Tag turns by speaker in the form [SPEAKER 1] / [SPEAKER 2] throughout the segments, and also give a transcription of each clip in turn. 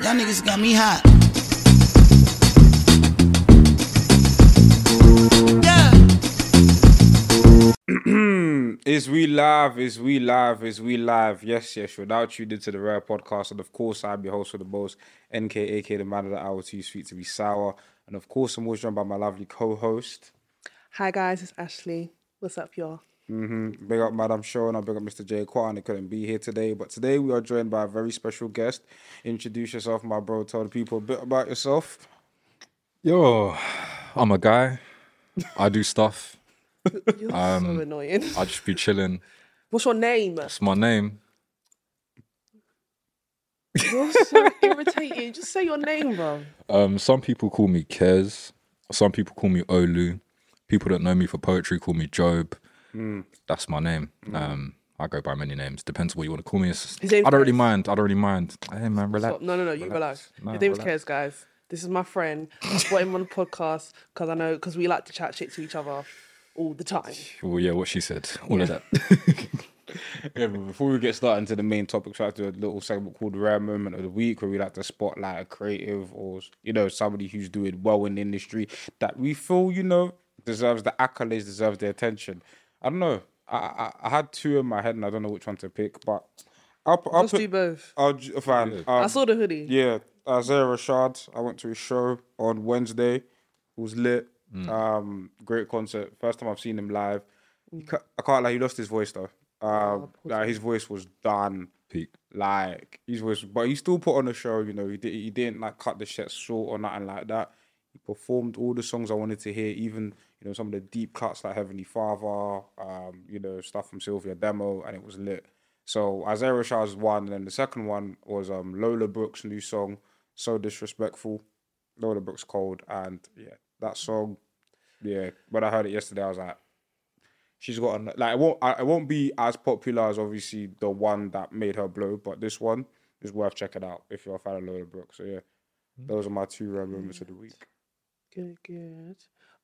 [SPEAKER 1] Y'all niggas got me hot.
[SPEAKER 2] Is we live? Is we live? Is we live? Yes, yes. Without you, did to the Rare Podcast, and of course, I'm your host for the most, NKAK, the man of the hour, too sweet to be sour, and of course, I'm always joined by my lovely co-host.
[SPEAKER 3] Hi guys, it's Ashley. What's up, y'all?
[SPEAKER 2] Big up Madam Show, and I big up Mr. Jay Kwan. They couldn't be here today, but today we are joined by a very special guest. Introduce yourself, my bro. Tell the people a bit about yourself.
[SPEAKER 4] Yo, I'm a guy. I do stuff.
[SPEAKER 3] You're so annoying.
[SPEAKER 4] I just be chilling.
[SPEAKER 3] Um, What's your name?
[SPEAKER 4] It's my name.
[SPEAKER 3] You're so irritating. Just say your name, bro.
[SPEAKER 4] Um, some people call me Kez. Some people call me Olu. People that know me for poetry call me Job.
[SPEAKER 3] Hmm.
[SPEAKER 4] That's my name. Um, I go by many names. Depends what you want to call me. It's just-
[SPEAKER 3] His name's
[SPEAKER 4] I don't really
[SPEAKER 3] Kez.
[SPEAKER 4] mind. I don't really mind. Hey man, relax.
[SPEAKER 3] Stop. No, no, no. You relax. Your name is Kez, guys. This is my friend. I brought him on the podcast because I know because we like to chat shit to each other all the time.
[SPEAKER 4] Well, yeah, what she said. All of that.
[SPEAKER 2] Yeah, but before we get started into the main topic, so I do a little segment called Rare Moment of the Week where we like to spotlight a creative or, you know, somebody who's doing well in the industry that we feel, you know, deserves the accolades, deserves the attention. I don't know. I, I, I had two in my head and I don't know which one to pick, but I'll, pu- I'll
[SPEAKER 3] Let's
[SPEAKER 2] put-
[SPEAKER 3] do both.
[SPEAKER 2] I'll, ju- fine.
[SPEAKER 3] I
[SPEAKER 2] Um,
[SPEAKER 3] saw the hoodie.
[SPEAKER 2] yeah, Isaiah Rashad. I went to his show on Wednesday. It was lit. Um, great concert. First time I've seen him live. He ca- I can't lie, he lost his voice though. Um, like his voice was done.
[SPEAKER 4] Peak.
[SPEAKER 2] Like his voice, but he still put on a show. You know, he did. He didn't like cut the shit short or nothing like that. He performed all the songs I wanted to hear, even you know some of the deep cuts like Heavenly Father, um, you know stuff from Sylvia Demo, and it was lit. So Isaiah Rashad was one, and then the second one was um, Lola Brooks' new song, "So Disrespectful." Lola Brooks cold, and yeah, that song, yeah. When I heard it yesterday, I was like, she's got an, like it won't I- it won't be as popular as obviously the one that made her blow, but this one is worth checking out if you're a fan of Lola Brooks. So yeah,
[SPEAKER 4] Mm-hmm.
[SPEAKER 2] those are my two rare moments of the week.
[SPEAKER 3] Good, good.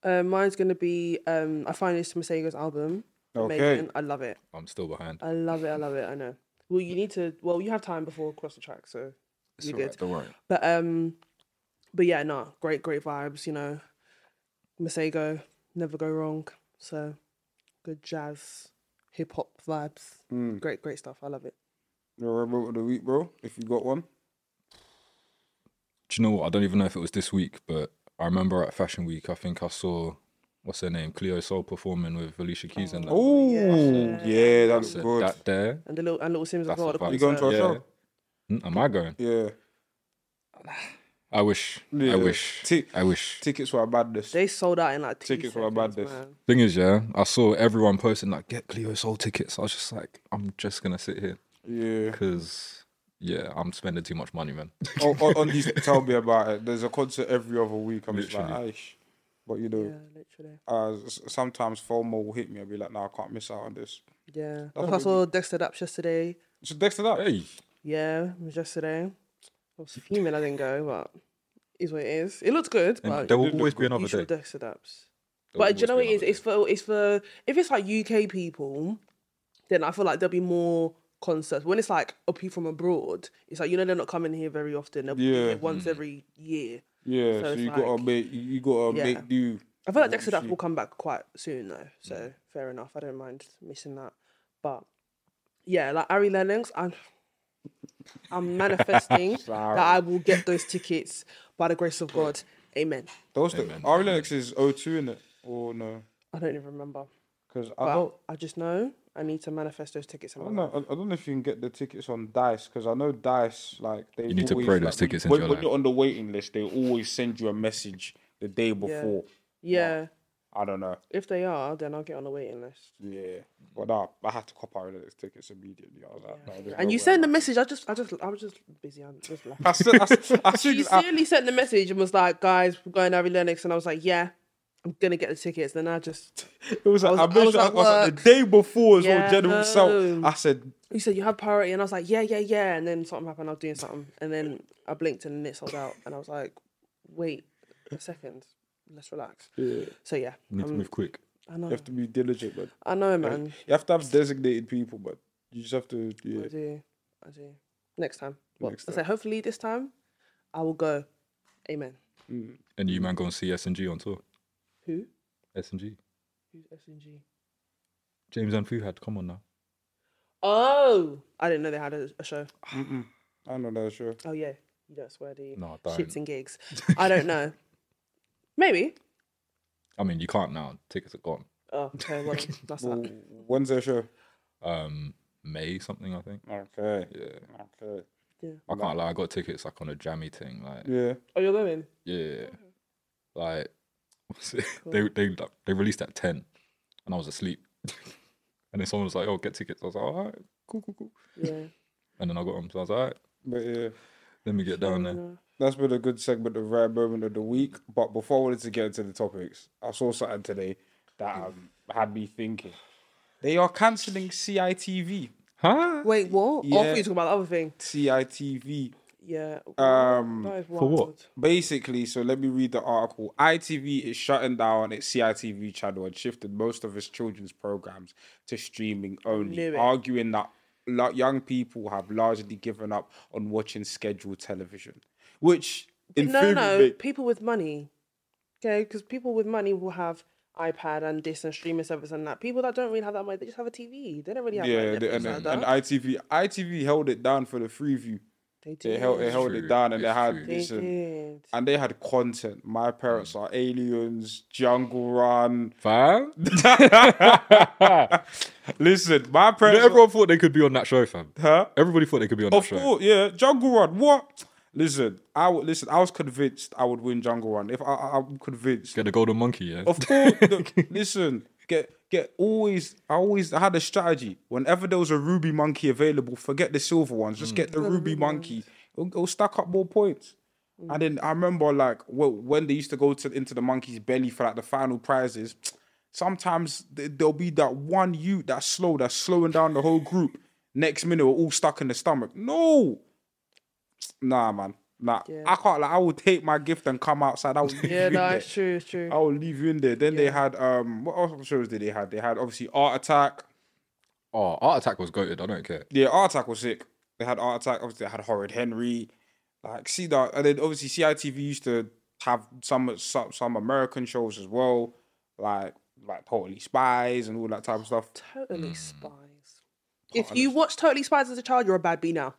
[SPEAKER 3] Um, mine's gonna be um, I find this Masego's album.
[SPEAKER 2] Okay.
[SPEAKER 3] I love it.
[SPEAKER 4] I'm still behind.
[SPEAKER 3] I love it. I love it. I know. Well, you need to. Well, you have time before across the track, so you're good.
[SPEAKER 4] Don't worry.
[SPEAKER 3] But um, but yeah, no, great, great vibes. You know, Masego, never go wrong. So good jazz, hip hop vibes. Great, great stuff. I love it.
[SPEAKER 2] Your rare moment of the week, bro, if you got one.
[SPEAKER 4] Do you know what? I don't even know if it was this week, but I remember at Fashion Week, I think I saw what's her name, Cleo Soul performing with Alicia Keys and that.
[SPEAKER 2] Oh yeah, that's
[SPEAKER 4] So
[SPEAKER 2] good.
[SPEAKER 4] that there.
[SPEAKER 3] And the little and little Sims as
[SPEAKER 4] That's
[SPEAKER 3] well.
[SPEAKER 4] a
[SPEAKER 3] the
[SPEAKER 4] vibe.
[SPEAKER 2] you going to
[SPEAKER 3] concert.
[SPEAKER 2] a show?
[SPEAKER 4] Mm, Am I going?
[SPEAKER 2] Yeah.
[SPEAKER 4] I wish.
[SPEAKER 2] Yeah.
[SPEAKER 4] I wish.
[SPEAKER 2] Ti-
[SPEAKER 4] I wish.
[SPEAKER 2] Tickets were a badness.
[SPEAKER 3] They sold out in like two
[SPEAKER 2] Tickets were about
[SPEAKER 3] seconds,
[SPEAKER 2] this.
[SPEAKER 3] man.
[SPEAKER 4] Thing is, yeah, I saw everyone posting like get Cleo Soul tickets. I was just like, I'm just gonna sit here
[SPEAKER 2] Yeah.
[SPEAKER 4] because yeah, I'm spending too much money, man.
[SPEAKER 2] on, oh, on, on these, tell me about it. There's a concert every other week. I'm just like,
[SPEAKER 4] Literally.
[SPEAKER 2] Aish. But you know,
[SPEAKER 3] Yeah, literally.
[SPEAKER 2] uh, s- sometimes FOMO will hit me. I'll be like, no, I can't miss out on this.
[SPEAKER 3] Yeah. Also, I saw Dexter Daps yesterday.
[SPEAKER 2] So Dexter, that
[SPEAKER 4] hey,
[SPEAKER 3] Yeah, it was yesterday. I was fuming. I didn't go, but it is what it is. It looked good,
[SPEAKER 4] and
[SPEAKER 3] but
[SPEAKER 4] there will always be another
[SPEAKER 3] you
[SPEAKER 4] day.
[SPEAKER 3] should
[SPEAKER 4] There
[SPEAKER 3] Dexter Daps.
[SPEAKER 4] will
[SPEAKER 3] But do you
[SPEAKER 4] always
[SPEAKER 3] know
[SPEAKER 4] be
[SPEAKER 3] what it is?
[SPEAKER 4] another
[SPEAKER 3] It's for it's for if it's like UK people, then I feel like there'll be more concerts. When it's like a people from abroad, it's like you know they're not coming here very often. They'll be
[SPEAKER 2] Yeah. Hmm.
[SPEAKER 3] here once every year.
[SPEAKER 2] Yeah, so,
[SPEAKER 3] it's
[SPEAKER 2] you gotta
[SPEAKER 3] like-
[SPEAKER 2] make you- you gotta
[SPEAKER 3] Yeah.
[SPEAKER 2] make do.
[SPEAKER 3] I feel like
[SPEAKER 2] what you
[SPEAKER 3] Dexter Daps
[SPEAKER 2] see.
[SPEAKER 3] will come back quite soon though, so
[SPEAKER 2] Hmm.
[SPEAKER 3] fair enough. I don't mind missing that, but yeah, like Ari Lennox, I'm I'm manifesting that I will get those tickets by the grace of God. Amen.
[SPEAKER 2] Those the Ari Lennox is O2 in it or no?
[SPEAKER 3] I don't even remember,
[SPEAKER 2] Because
[SPEAKER 3] but
[SPEAKER 2] I don't,
[SPEAKER 3] I just know I need to manifest those tickets. In
[SPEAKER 2] I
[SPEAKER 3] my
[SPEAKER 2] don't
[SPEAKER 3] life.
[SPEAKER 2] know. I, I don't know if you can get the tickets on Dice because I know Dice like they.
[SPEAKER 4] need to
[SPEAKER 2] always,
[SPEAKER 4] pray
[SPEAKER 2] like,
[SPEAKER 4] those
[SPEAKER 2] when you-
[SPEAKER 4] tickets into
[SPEAKER 2] when,
[SPEAKER 4] your
[SPEAKER 2] when
[SPEAKER 4] life.
[SPEAKER 2] you're on the waiting list. They always send you a message the day before.
[SPEAKER 3] Yeah.
[SPEAKER 2] I don't know.
[SPEAKER 3] If they are, then I'll get on the waiting list.
[SPEAKER 2] Yeah, but nah, I had to cop Ari Lennox tickets immediately. I was like, no, there's
[SPEAKER 3] And
[SPEAKER 2] no way.
[SPEAKER 3] you sent the message. I just, I just, I was just busy. I'm just laughing.
[SPEAKER 2] I said, I, said- I
[SPEAKER 3] She
[SPEAKER 2] said, I,
[SPEAKER 3] seriously sent the message and was like, "Guys, we're going to Harry Lennox," and I was like, "Yeah, I'm gonna get the tickets." Then I just,
[SPEAKER 2] it was, like,
[SPEAKER 3] was-
[SPEAKER 2] I,
[SPEAKER 3] I
[SPEAKER 2] mentioned-
[SPEAKER 3] was
[SPEAKER 2] I
[SPEAKER 3] at
[SPEAKER 2] was like, the day before as well.
[SPEAKER 3] Yeah, Oh.
[SPEAKER 2] General South.
[SPEAKER 3] no.
[SPEAKER 2] I said,
[SPEAKER 3] you said you had priority, and I was like, "Yeah, yeah, yeah." And then something happened. I was doing something, and then I blinked and it sold out, and I was like, "Wait a second, let's relax."
[SPEAKER 2] yeah, you
[SPEAKER 3] So yeah,
[SPEAKER 4] Need
[SPEAKER 2] um
[SPEAKER 4] to move quick.
[SPEAKER 3] I know,
[SPEAKER 2] have to be diligent, but
[SPEAKER 3] I know, man.
[SPEAKER 2] You have to have designated people, but you just have to.
[SPEAKER 3] I
[SPEAKER 2] Yeah.
[SPEAKER 3] do, I do. Next time, well,
[SPEAKER 2] Next
[SPEAKER 3] I say hopefully this time I will go. Amen.
[SPEAKER 4] And you man go and see SNG on tour.
[SPEAKER 3] Who?
[SPEAKER 4] SNG.
[SPEAKER 3] Who's SNG?
[SPEAKER 4] James and Fu had come on now.
[SPEAKER 3] Oh, I didn't know they had a, a show.
[SPEAKER 2] I know that's sure.
[SPEAKER 3] Oh yeah, you don't swear, do you?
[SPEAKER 4] No, I
[SPEAKER 3] Shits
[SPEAKER 4] don't.
[SPEAKER 3] and gigs. I don't know. Maybe.
[SPEAKER 4] I mean, you can't now. Tickets are gone.
[SPEAKER 3] Oh, okay. Well, that's
[SPEAKER 2] Well,
[SPEAKER 3] that.
[SPEAKER 2] when's their show?
[SPEAKER 4] Um, May something I think.
[SPEAKER 2] Okay.
[SPEAKER 4] Yeah.
[SPEAKER 2] Okay.
[SPEAKER 4] I can't lie. I got tickets like on a jammy thing. Like
[SPEAKER 2] Yeah.
[SPEAKER 3] Oh, you're going?
[SPEAKER 4] yeah,
[SPEAKER 2] Mm-hmm.
[SPEAKER 4] like what's it? they they like, they released at ten, and I was asleep. and then someone was like, "Oh, get tickets." I was like, "All right, cool, cool, cool."
[SPEAKER 3] Yeah.
[SPEAKER 4] And then I got them. So I was like, "All right,
[SPEAKER 2] But yeah.
[SPEAKER 4] let me get down there."
[SPEAKER 2] That's been a good segment of rare moment of the week. But before I wanted to get into the topics, I saw something today that um, had me thinking. They are cancelling CITV.
[SPEAKER 4] Huh?
[SPEAKER 3] Wait, what? Oh, I thought you
[SPEAKER 2] Yeah.
[SPEAKER 3] were talking about the other thing.
[SPEAKER 2] CITV.
[SPEAKER 3] Yeah.
[SPEAKER 2] Um,
[SPEAKER 3] that is
[SPEAKER 4] for what?
[SPEAKER 3] wild.
[SPEAKER 2] Basically, so let me read the article. ITV is shutting down its CITV channel and shifted most of its children's programs to streaming
[SPEAKER 3] Knew
[SPEAKER 2] only,
[SPEAKER 3] it.
[SPEAKER 2] arguing that lo- young people have largely given up on watching scheduled television, which in
[SPEAKER 3] No,
[SPEAKER 2] theory,
[SPEAKER 3] no.
[SPEAKER 2] make-
[SPEAKER 3] People with money. Okay, because people with money will have iPad and this and streaming service and that. People that don't really have that money, they just have a TV. They don't really have yeah,
[SPEAKER 2] yeah,
[SPEAKER 3] like
[SPEAKER 2] the,
[SPEAKER 3] Netflix
[SPEAKER 2] and,
[SPEAKER 3] like
[SPEAKER 2] and,
[SPEAKER 3] that.
[SPEAKER 2] and ITV ITV held it down for the free view.
[SPEAKER 3] they did.
[SPEAKER 2] They held they held it
[SPEAKER 4] True,
[SPEAKER 2] down and they
[SPEAKER 4] it's
[SPEAKER 2] had
[SPEAKER 4] true. Mm.
[SPEAKER 3] They
[SPEAKER 2] listen,
[SPEAKER 3] did.
[SPEAKER 2] and they had content. My parents are aliens, Jungle Run.
[SPEAKER 4] Fam?
[SPEAKER 2] Listen, my parents.
[SPEAKER 4] Everyone thought they could be on that show, fam.
[SPEAKER 2] huh?
[SPEAKER 4] Everybody thought they could be on that
[SPEAKER 2] Of
[SPEAKER 4] show.
[SPEAKER 2] course, yeah, Jungle Run. What? Listen, I would listen. I was convinced I would win Jungle Run. If I, I, I'm convinced,
[SPEAKER 4] Get the golden monkey, yeah.
[SPEAKER 2] Of course. no, listen, get get always. I always had a strategy. Whenever there was a ruby monkey available, forget the silver ones. Just get the ruby monkey. It'll, it'll stack up more points. And then I remember like well, when they used to go to into the monkey's belly for like the final prizes. Sometimes th- there'll be that one you that's slow that's slowing down the whole group. Next minute we're all stuck in the stomach. No, nah, man, nah. I can't. Like I will take my gift and come outside. I will leave
[SPEAKER 3] Yeah,
[SPEAKER 2] you
[SPEAKER 3] no,
[SPEAKER 2] there.
[SPEAKER 3] it's true, it's true.
[SPEAKER 2] I will leave you in there. Then they had um what other shows did they had? They had obviously Art Attack.
[SPEAKER 4] Oh, Art Attack was goated. I don't care.
[SPEAKER 2] Yeah, Art Attack was sick. They had Art Attack, obviously they had Horrid Henry. Like see that and then obviously CITV used to have some some, some American shows as well, like like Totally Spies and all that type of stuff.
[SPEAKER 3] Totally
[SPEAKER 2] Hmm.
[SPEAKER 3] Spies. If you watch Totally Spies as a child, you're a bad bee now.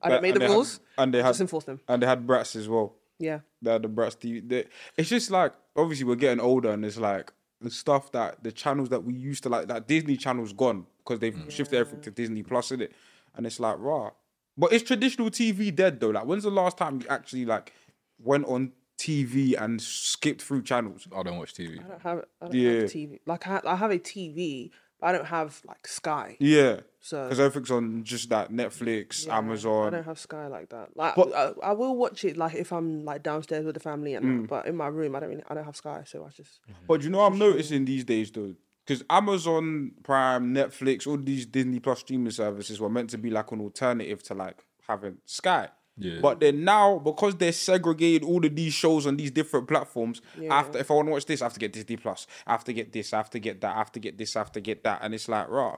[SPEAKER 3] I don't make
[SPEAKER 2] And
[SPEAKER 3] the
[SPEAKER 2] they had-
[SPEAKER 3] rules.
[SPEAKER 2] and they
[SPEAKER 3] Just
[SPEAKER 2] had
[SPEAKER 3] enforce them.
[SPEAKER 2] and they had Bratz as well.
[SPEAKER 3] Yeah.
[SPEAKER 2] that the brats do. They, it's just like obviously we're getting older, and it's like the stuff that the channels that we used to like that Disney channel's gone because they've shifted everything to Disney Plus in it, and it's like raw. But it's traditional TV dead though. Like when's the last time you actually like went on TV and skipped through channels?
[SPEAKER 4] I don't watch TV.
[SPEAKER 3] I don't have, I don't
[SPEAKER 2] Yeah.
[SPEAKER 3] have TV. Like, I, ha- I have a TV, but I don't have, like, Sky.
[SPEAKER 2] Yeah,
[SPEAKER 3] So,
[SPEAKER 2] because everything's on just that Netflix,
[SPEAKER 3] I
[SPEAKER 2] Amazon.
[SPEAKER 3] don't have Sky like that. Like, I, I will watch it, like, if I'm, like, downstairs with the family and
[SPEAKER 2] Hmm.
[SPEAKER 3] that, but in my room, I don't really, I don't have Sky, so I just,
[SPEAKER 2] But you know what I'm noticing these days though? Because Amazon Prime, Netflix, all these Disney Plus streaming services were meant to be like an alternative to like having Sky.
[SPEAKER 4] Yeah.
[SPEAKER 2] But then now, because they're segregated all of these shows on these different platforms, after if I want to watch this, I have to get Disney Plus. I have to get this, I have to get that, I have to get this, I have to get that. And it's like, right,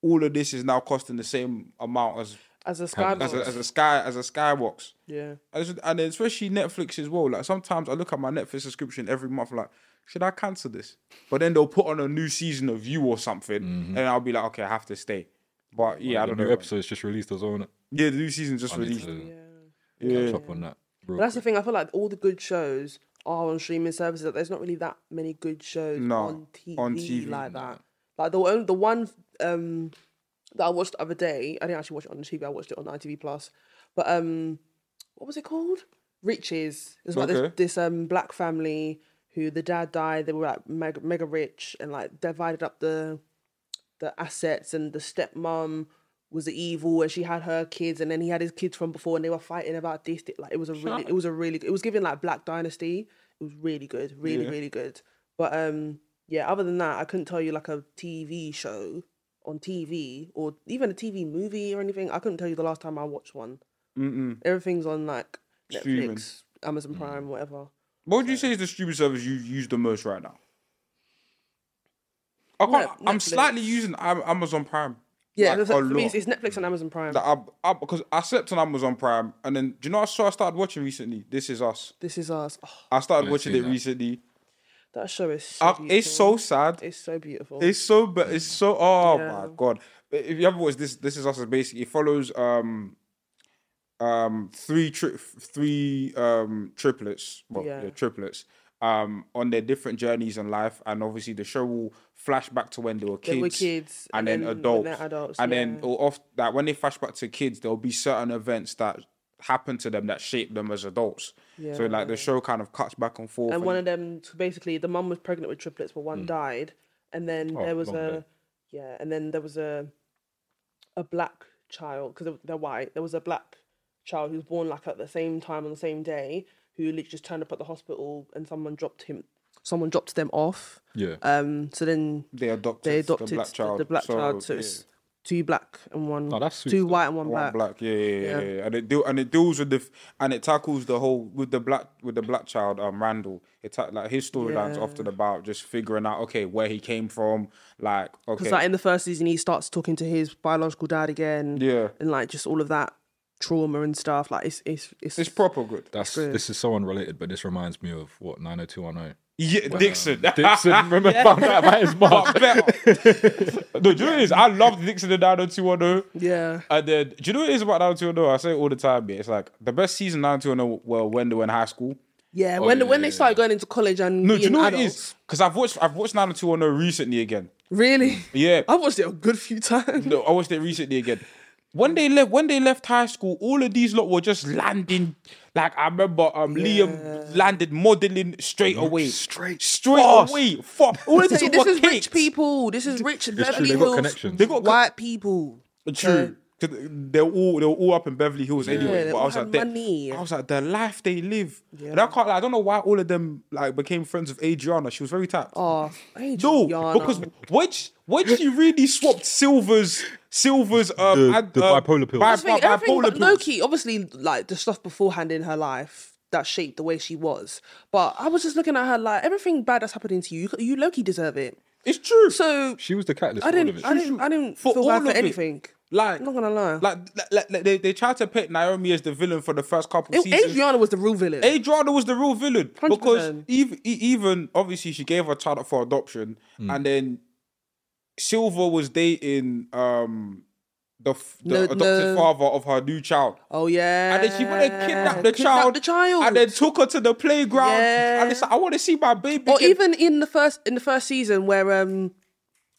[SPEAKER 2] all of this is now costing the same amount as
[SPEAKER 3] as a Sky
[SPEAKER 2] as
[SPEAKER 3] box.
[SPEAKER 2] a, as a Sky as a Skybox.
[SPEAKER 3] yeah.
[SPEAKER 2] I just- and especially Netflix as well. Like sometimes I look at my Netflix subscription every month, like, should I cancel this? But then they'll put on a new season of you or something, and I'll be like, okay, I have to stay. But yeah, I
[SPEAKER 4] Mm-hmm.
[SPEAKER 2] don't
[SPEAKER 4] The new
[SPEAKER 2] know.
[SPEAKER 4] episode's just released as well, innit?
[SPEAKER 2] Yeah, the new season just
[SPEAKER 4] I need
[SPEAKER 2] released.
[SPEAKER 4] to
[SPEAKER 2] Yeah.
[SPEAKER 4] catch up on that. real
[SPEAKER 3] But that's the thing. I feel like all the good shows are on streaming services. Like, there's not really that many good shows
[SPEAKER 2] No,
[SPEAKER 3] on, TV
[SPEAKER 2] on TV,
[SPEAKER 3] like that. Like the one, the one um, that I watched the other day. I didn't actually watch it on the TV. I watched it on ITV Plus. But um, what was it called? Riches. It was about
[SPEAKER 2] Okay.
[SPEAKER 3] this this um black family who the dad died. They were like mega mega rich and like divided up the the assets and the stepmom was evil and she had her kids and then he had his kids from before and they were fighting about this thi- like it was a really it was a really it was giving like black dynasty it was really good really really good but um yeah other than that i couldn't tell you like a tv show on tv or even a tv movie or anything i couldn't tell you the last time i watched one Mm-mm. everything's on like netflix
[SPEAKER 2] Streaming. Mm.
[SPEAKER 3] amazon prime whatever
[SPEAKER 2] What
[SPEAKER 4] uh,
[SPEAKER 2] would you say is the streaming service you use the most right now? I can't,
[SPEAKER 3] Net-
[SPEAKER 2] I'm
[SPEAKER 3] Netflix.
[SPEAKER 2] slightly using Am- Amazon Prime.
[SPEAKER 3] Yeah,
[SPEAKER 2] Like,
[SPEAKER 3] that's-
[SPEAKER 2] a
[SPEAKER 3] for
[SPEAKER 2] lot.
[SPEAKER 3] me, it's, it's Netflix and Amazon Prime.
[SPEAKER 2] Like, I, I, because I slept on Amazon Prime, and then do you know what show I started watching recently? This Is Us.
[SPEAKER 3] this is us. Oh,
[SPEAKER 2] I started
[SPEAKER 4] I've
[SPEAKER 2] watching it
[SPEAKER 4] seen that.
[SPEAKER 2] recently.
[SPEAKER 3] that show is so
[SPEAKER 2] I,
[SPEAKER 3] beautiful.
[SPEAKER 2] it's so sad.
[SPEAKER 3] it's so beautiful.
[SPEAKER 2] It's so but it's so oh
[SPEAKER 3] Yeah.
[SPEAKER 2] my god. But If you ever watched this, this is us is basically it follows um um three tri- three um triplets, well yeah.
[SPEAKER 3] Yeah.
[SPEAKER 2] triplets um on their different journeys in life and obviously the show will flash back to when they were kids,
[SPEAKER 3] They were kids
[SPEAKER 2] and, then,
[SPEAKER 3] when
[SPEAKER 2] adults.
[SPEAKER 3] they're adults,
[SPEAKER 2] and
[SPEAKER 3] yeah.
[SPEAKER 2] then it'll off that when they flash back to kids there'll be certain events that happen to them that shape them as adults. So like the show kind of cuts back and forth
[SPEAKER 3] and
[SPEAKER 2] and-
[SPEAKER 3] one of them so basically the mum was pregnant with triplets but
[SPEAKER 2] Mm.
[SPEAKER 3] one died and then
[SPEAKER 4] Oh,
[SPEAKER 3] there was a
[SPEAKER 4] long day.
[SPEAKER 3] yeah and then there was a a black child because they're white there was a black child who was born like at the same time on the same day who literally just turned up at the hospital and someone dropped him someone dropped them off
[SPEAKER 4] Yeah.
[SPEAKER 3] um so then
[SPEAKER 2] they adopted,
[SPEAKER 3] they adopted
[SPEAKER 2] the black child.
[SPEAKER 3] the black
[SPEAKER 2] So,
[SPEAKER 3] child so
[SPEAKER 2] yeah.
[SPEAKER 3] it's two black and one
[SPEAKER 4] Oh, that's sweet
[SPEAKER 3] two
[SPEAKER 4] stuff.
[SPEAKER 3] white and one,
[SPEAKER 2] One
[SPEAKER 3] black,
[SPEAKER 2] black, yeah, yeah, yeah, yeah. and it deal and it deals with the f- and it tackles the whole with the black with the black child, um, Randall. It ta- like his storyline's
[SPEAKER 3] Yeah.
[SPEAKER 2] often about just figuring out okay where he came from, like okay,
[SPEAKER 3] Because like in the first season, he starts talking to his biological dad again.
[SPEAKER 2] Yeah.
[SPEAKER 3] and like just all of that trauma and stuff. Like it's it's it's,
[SPEAKER 2] it's proper good.
[SPEAKER 4] That's
[SPEAKER 3] Good.
[SPEAKER 4] this is so unrelated, but this reminds me of what 90210.
[SPEAKER 2] Yeah, Dixon.
[SPEAKER 4] uh, Dixon, remember found out about his mom.
[SPEAKER 2] But better. no, do you know what it is? I loved Dixon and 90210.
[SPEAKER 3] yeah.
[SPEAKER 2] And then, do you know what it is about 90210? I say it all the time. mate. It's like the best season 90210 were when they were in high school.
[SPEAKER 3] Yeah,
[SPEAKER 2] Oh,
[SPEAKER 3] when
[SPEAKER 4] yeah,
[SPEAKER 3] when they
[SPEAKER 4] yeah,
[SPEAKER 3] started going into college and
[SPEAKER 2] No,
[SPEAKER 3] being
[SPEAKER 2] do you know what it
[SPEAKER 3] adults.
[SPEAKER 2] is? Because I've watched I've watched 90210 recently again.
[SPEAKER 3] Really,
[SPEAKER 2] Yeah,
[SPEAKER 3] I watched it a good few times.
[SPEAKER 2] No, I watched it recently again. When they left, when they left high school, all of these lot were just landing. Like I remember, um, Liam landed modeling straight away,
[SPEAKER 4] Straight.
[SPEAKER 2] straight away. Fuck, all of
[SPEAKER 3] This
[SPEAKER 2] these
[SPEAKER 3] is
[SPEAKER 2] were
[SPEAKER 3] rich
[SPEAKER 2] kicked.
[SPEAKER 3] people. This is rich
[SPEAKER 4] true,
[SPEAKER 3] Beverly
[SPEAKER 4] they've got
[SPEAKER 3] Hills.
[SPEAKER 4] connections.
[SPEAKER 2] They got co-
[SPEAKER 3] white people.
[SPEAKER 2] True. 'Cause They were all they were all up in Beverly Hills anyway.
[SPEAKER 3] they
[SPEAKER 2] but I
[SPEAKER 3] all
[SPEAKER 2] was
[SPEAKER 3] had
[SPEAKER 2] like, they-
[SPEAKER 3] money.
[SPEAKER 2] I was like, the life they live. And I can't. Like, I don't know why all of them like became friends with Adriana. She was very tapped.
[SPEAKER 3] Oh, hey,
[SPEAKER 2] No,
[SPEAKER 3] Juliana.
[SPEAKER 2] because when she, when she really swapped Silver's Silver's um,
[SPEAKER 4] The-
[SPEAKER 2] and,
[SPEAKER 4] the
[SPEAKER 2] um,
[SPEAKER 4] bipolar pills.
[SPEAKER 2] bi-
[SPEAKER 3] That's the thing,
[SPEAKER 2] bi-
[SPEAKER 3] everything
[SPEAKER 2] bipolar
[SPEAKER 3] but
[SPEAKER 2] pills.
[SPEAKER 3] Loki, obviously, like the stuff beforehand in her life that shaped the way she was. But I was just looking at her like everything bad that's happening to you, you Loki deserve it.
[SPEAKER 2] It's true.
[SPEAKER 3] So
[SPEAKER 4] She was the catalyst
[SPEAKER 3] I
[SPEAKER 4] for all of
[SPEAKER 3] didn't,
[SPEAKER 4] it.
[SPEAKER 3] I didn't, I didn't
[SPEAKER 2] For
[SPEAKER 3] feel bad
[SPEAKER 2] all
[SPEAKER 3] for
[SPEAKER 2] of it.
[SPEAKER 3] anything.
[SPEAKER 2] Like,
[SPEAKER 3] I'm not gonna lie.
[SPEAKER 2] like, like, like, they, they tried to pick Naomi as the villain for the first couple
[SPEAKER 3] It-
[SPEAKER 2] seasons.
[SPEAKER 3] Adriana was the real villain.
[SPEAKER 2] Adriana was the real villain because
[SPEAKER 3] 100%.
[SPEAKER 2] even, even obviously she gave her child up for adoption, and then Silver was dating um the f- the
[SPEAKER 3] No-
[SPEAKER 2] adopted
[SPEAKER 3] no.
[SPEAKER 2] father of her new child.
[SPEAKER 3] oh yeah.
[SPEAKER 2] And then she went and kidnapped the child,
[SPEAKER 3] Uh, the child.
[SPEAKER 2] and then took her to the playground.
[SPEAKER 3] Yeah.
[SPEAKER 2] And it's like, I want to see my baby.
[SPEAKER 3] or
[SPEAKER 2] again.
[SPEAKER 3] even in the first in the first season where um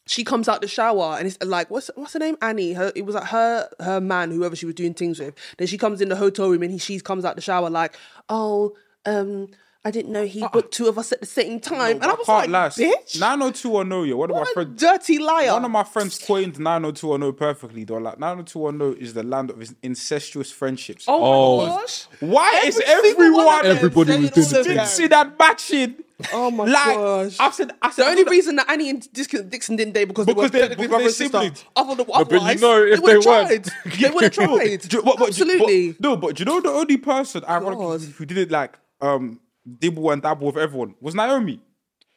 [SPEAKER 3] she comes out the shower and it's like what's what's her name Annie her it was like her her man whoever she was doing things with then she comes in the hotel room and he she comes out the shower like oh um I didn't know
[SPEAKER 2] Uh-uh.
[SPEAKER 3] he booked two of us at the same time and I was like
[SPEAKER 2] can't last.
[SPEAKER 3] bitch
[SPEAKER 2] 90210, yeah. One of my
[SPEAKER 3] what a
[SPEAKER 2] friends
[SPEAKER 3] dirty liar
[SPEAKER 2] One of my friends coined 90210 perfectly though. Like 90210 is the land of incestuous friendships.
[SPEAKER 3] oh,
[SPEAKER 4] Oh.
[SPEAKER 3] my gosh
[SPEAKER 2] Why is
[SPEAKER 3] Every single one
[SPEAKER 2] everyone
[SPEAKER 3] of them
[SPEAKER 4] Everybody was
[SPEAKER 3] saying
[SPEAKER 4] doing
[SPEAKER 3] all of
[SPEAKER 4] the thing.
[SPEAKER 3] that.
[SPEAKER 2] mixing and matching?
[SPEAKER 3] Oh my
[SPEAKER 2] like,
[SPEAKER 3] gosh.
[SPEAKER 2] I said, I said,
[SPEAKER 3] The only reason that Annie and Dixon Dixon didn't date because,
[SPEAKER 2] Because
[SPEAKER 3] they
[SPEAKER 2] they-
[SPEAKER 3] were technically
[SPEAKER 2] because
[SPEAKER 3] brother and
[SPEAKER 2] they
[SPEAKER 3] sister.
[SPEAKER 2] siblings.
[SPEAKER 3] Other than
[SPEAKER 4] but you
[SPEAKER 3] otherwise,
[SPEAKER 4] know
[SPEAKER 3] they
[SPEAKER 4] if
[SPEAKER 3] would have
[SPEAKER 4] they weren't.
[SPEAKER 3] tried. They would have tried.
[SPEAKER 2] Do you- what- what- do you- what-
[SPEAKER 3] Absolutely.
[SPEAKER 2] no, but do you know the only person ironically
[SPEAKER 3] God.
[SPEAKER 2] who did it like um dibble and dabble with everyone was Naomi.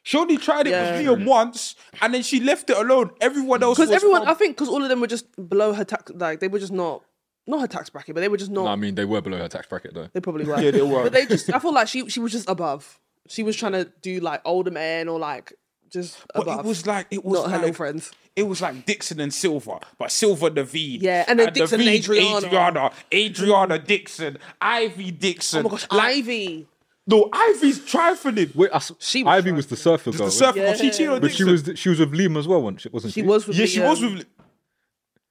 [SPEAKER 2] She only tried it
[SPEAKER 3] Yeah.
[SPEAKER 2] with Liam once, and then she left it alone. Everyone else
[SPEAKER 3] Because
[SPEAKER 2] was
[SPEAKER 3] everyone,
[SPEAKER 2] from-
[SPEAKER 3] I think, because all of them were just below her tax, like they were just not, not her tax bracket, but they were just not.
[SPEAKER 4] I mean, they were below her tax bracket though.
[SPEAKER 3] They probably were.
[SPEAKER 2] Yeah, they were.
[SPEAKER 3] But they just, I feel like she, she was just above. She was trying to do like older men or like just
[SPEAKER 2] But
[SPEAKER 3] above.
[SPEAKER 2] it was like it was
[SPEAKER 3] not her
[SPEAKER 2] like,
[SPEAKER 3] little friends.
[SPEAKER 2] It was like Dixon and Silver, but Silver Naveed.
[SPEAKER 3] Yeah, and then Dixon and
[SPEAKER 2] Naveed,
[SPEAKER 3] Adriana.
[SPEAKER 2] Adriana, Adriana Dixon, Ivy Dixon.
[SPEAKER 3] Oh my gosh,
[SPEAKER 2] like,
[SPEAKER 3] Ivy.
[SPEAKER 2] no, Ivy's trifling.
[SPEAKER 4] Wait, I, she
[SPEAKER 3] was
[SPEAKER 4] Ivy was the surfer girl.
[SPEAKER 2] the surfer,
[SPEAKER 3] Yeah.
[SPEAKER 2] she cheated on
[SPEAKER 4] But she
[SPEAKER 2] Dixon.
[SPEAKER 4] was she was with Liam as well, wasn't she? Wasn't she?
[SPEAKER 3] She was with
[SPEAKER 2] yeah,
[SPEAKER 3] me,
[SPEAKER 2] she was
[SPEAKER 3] um,
[SPEAKER 2] with.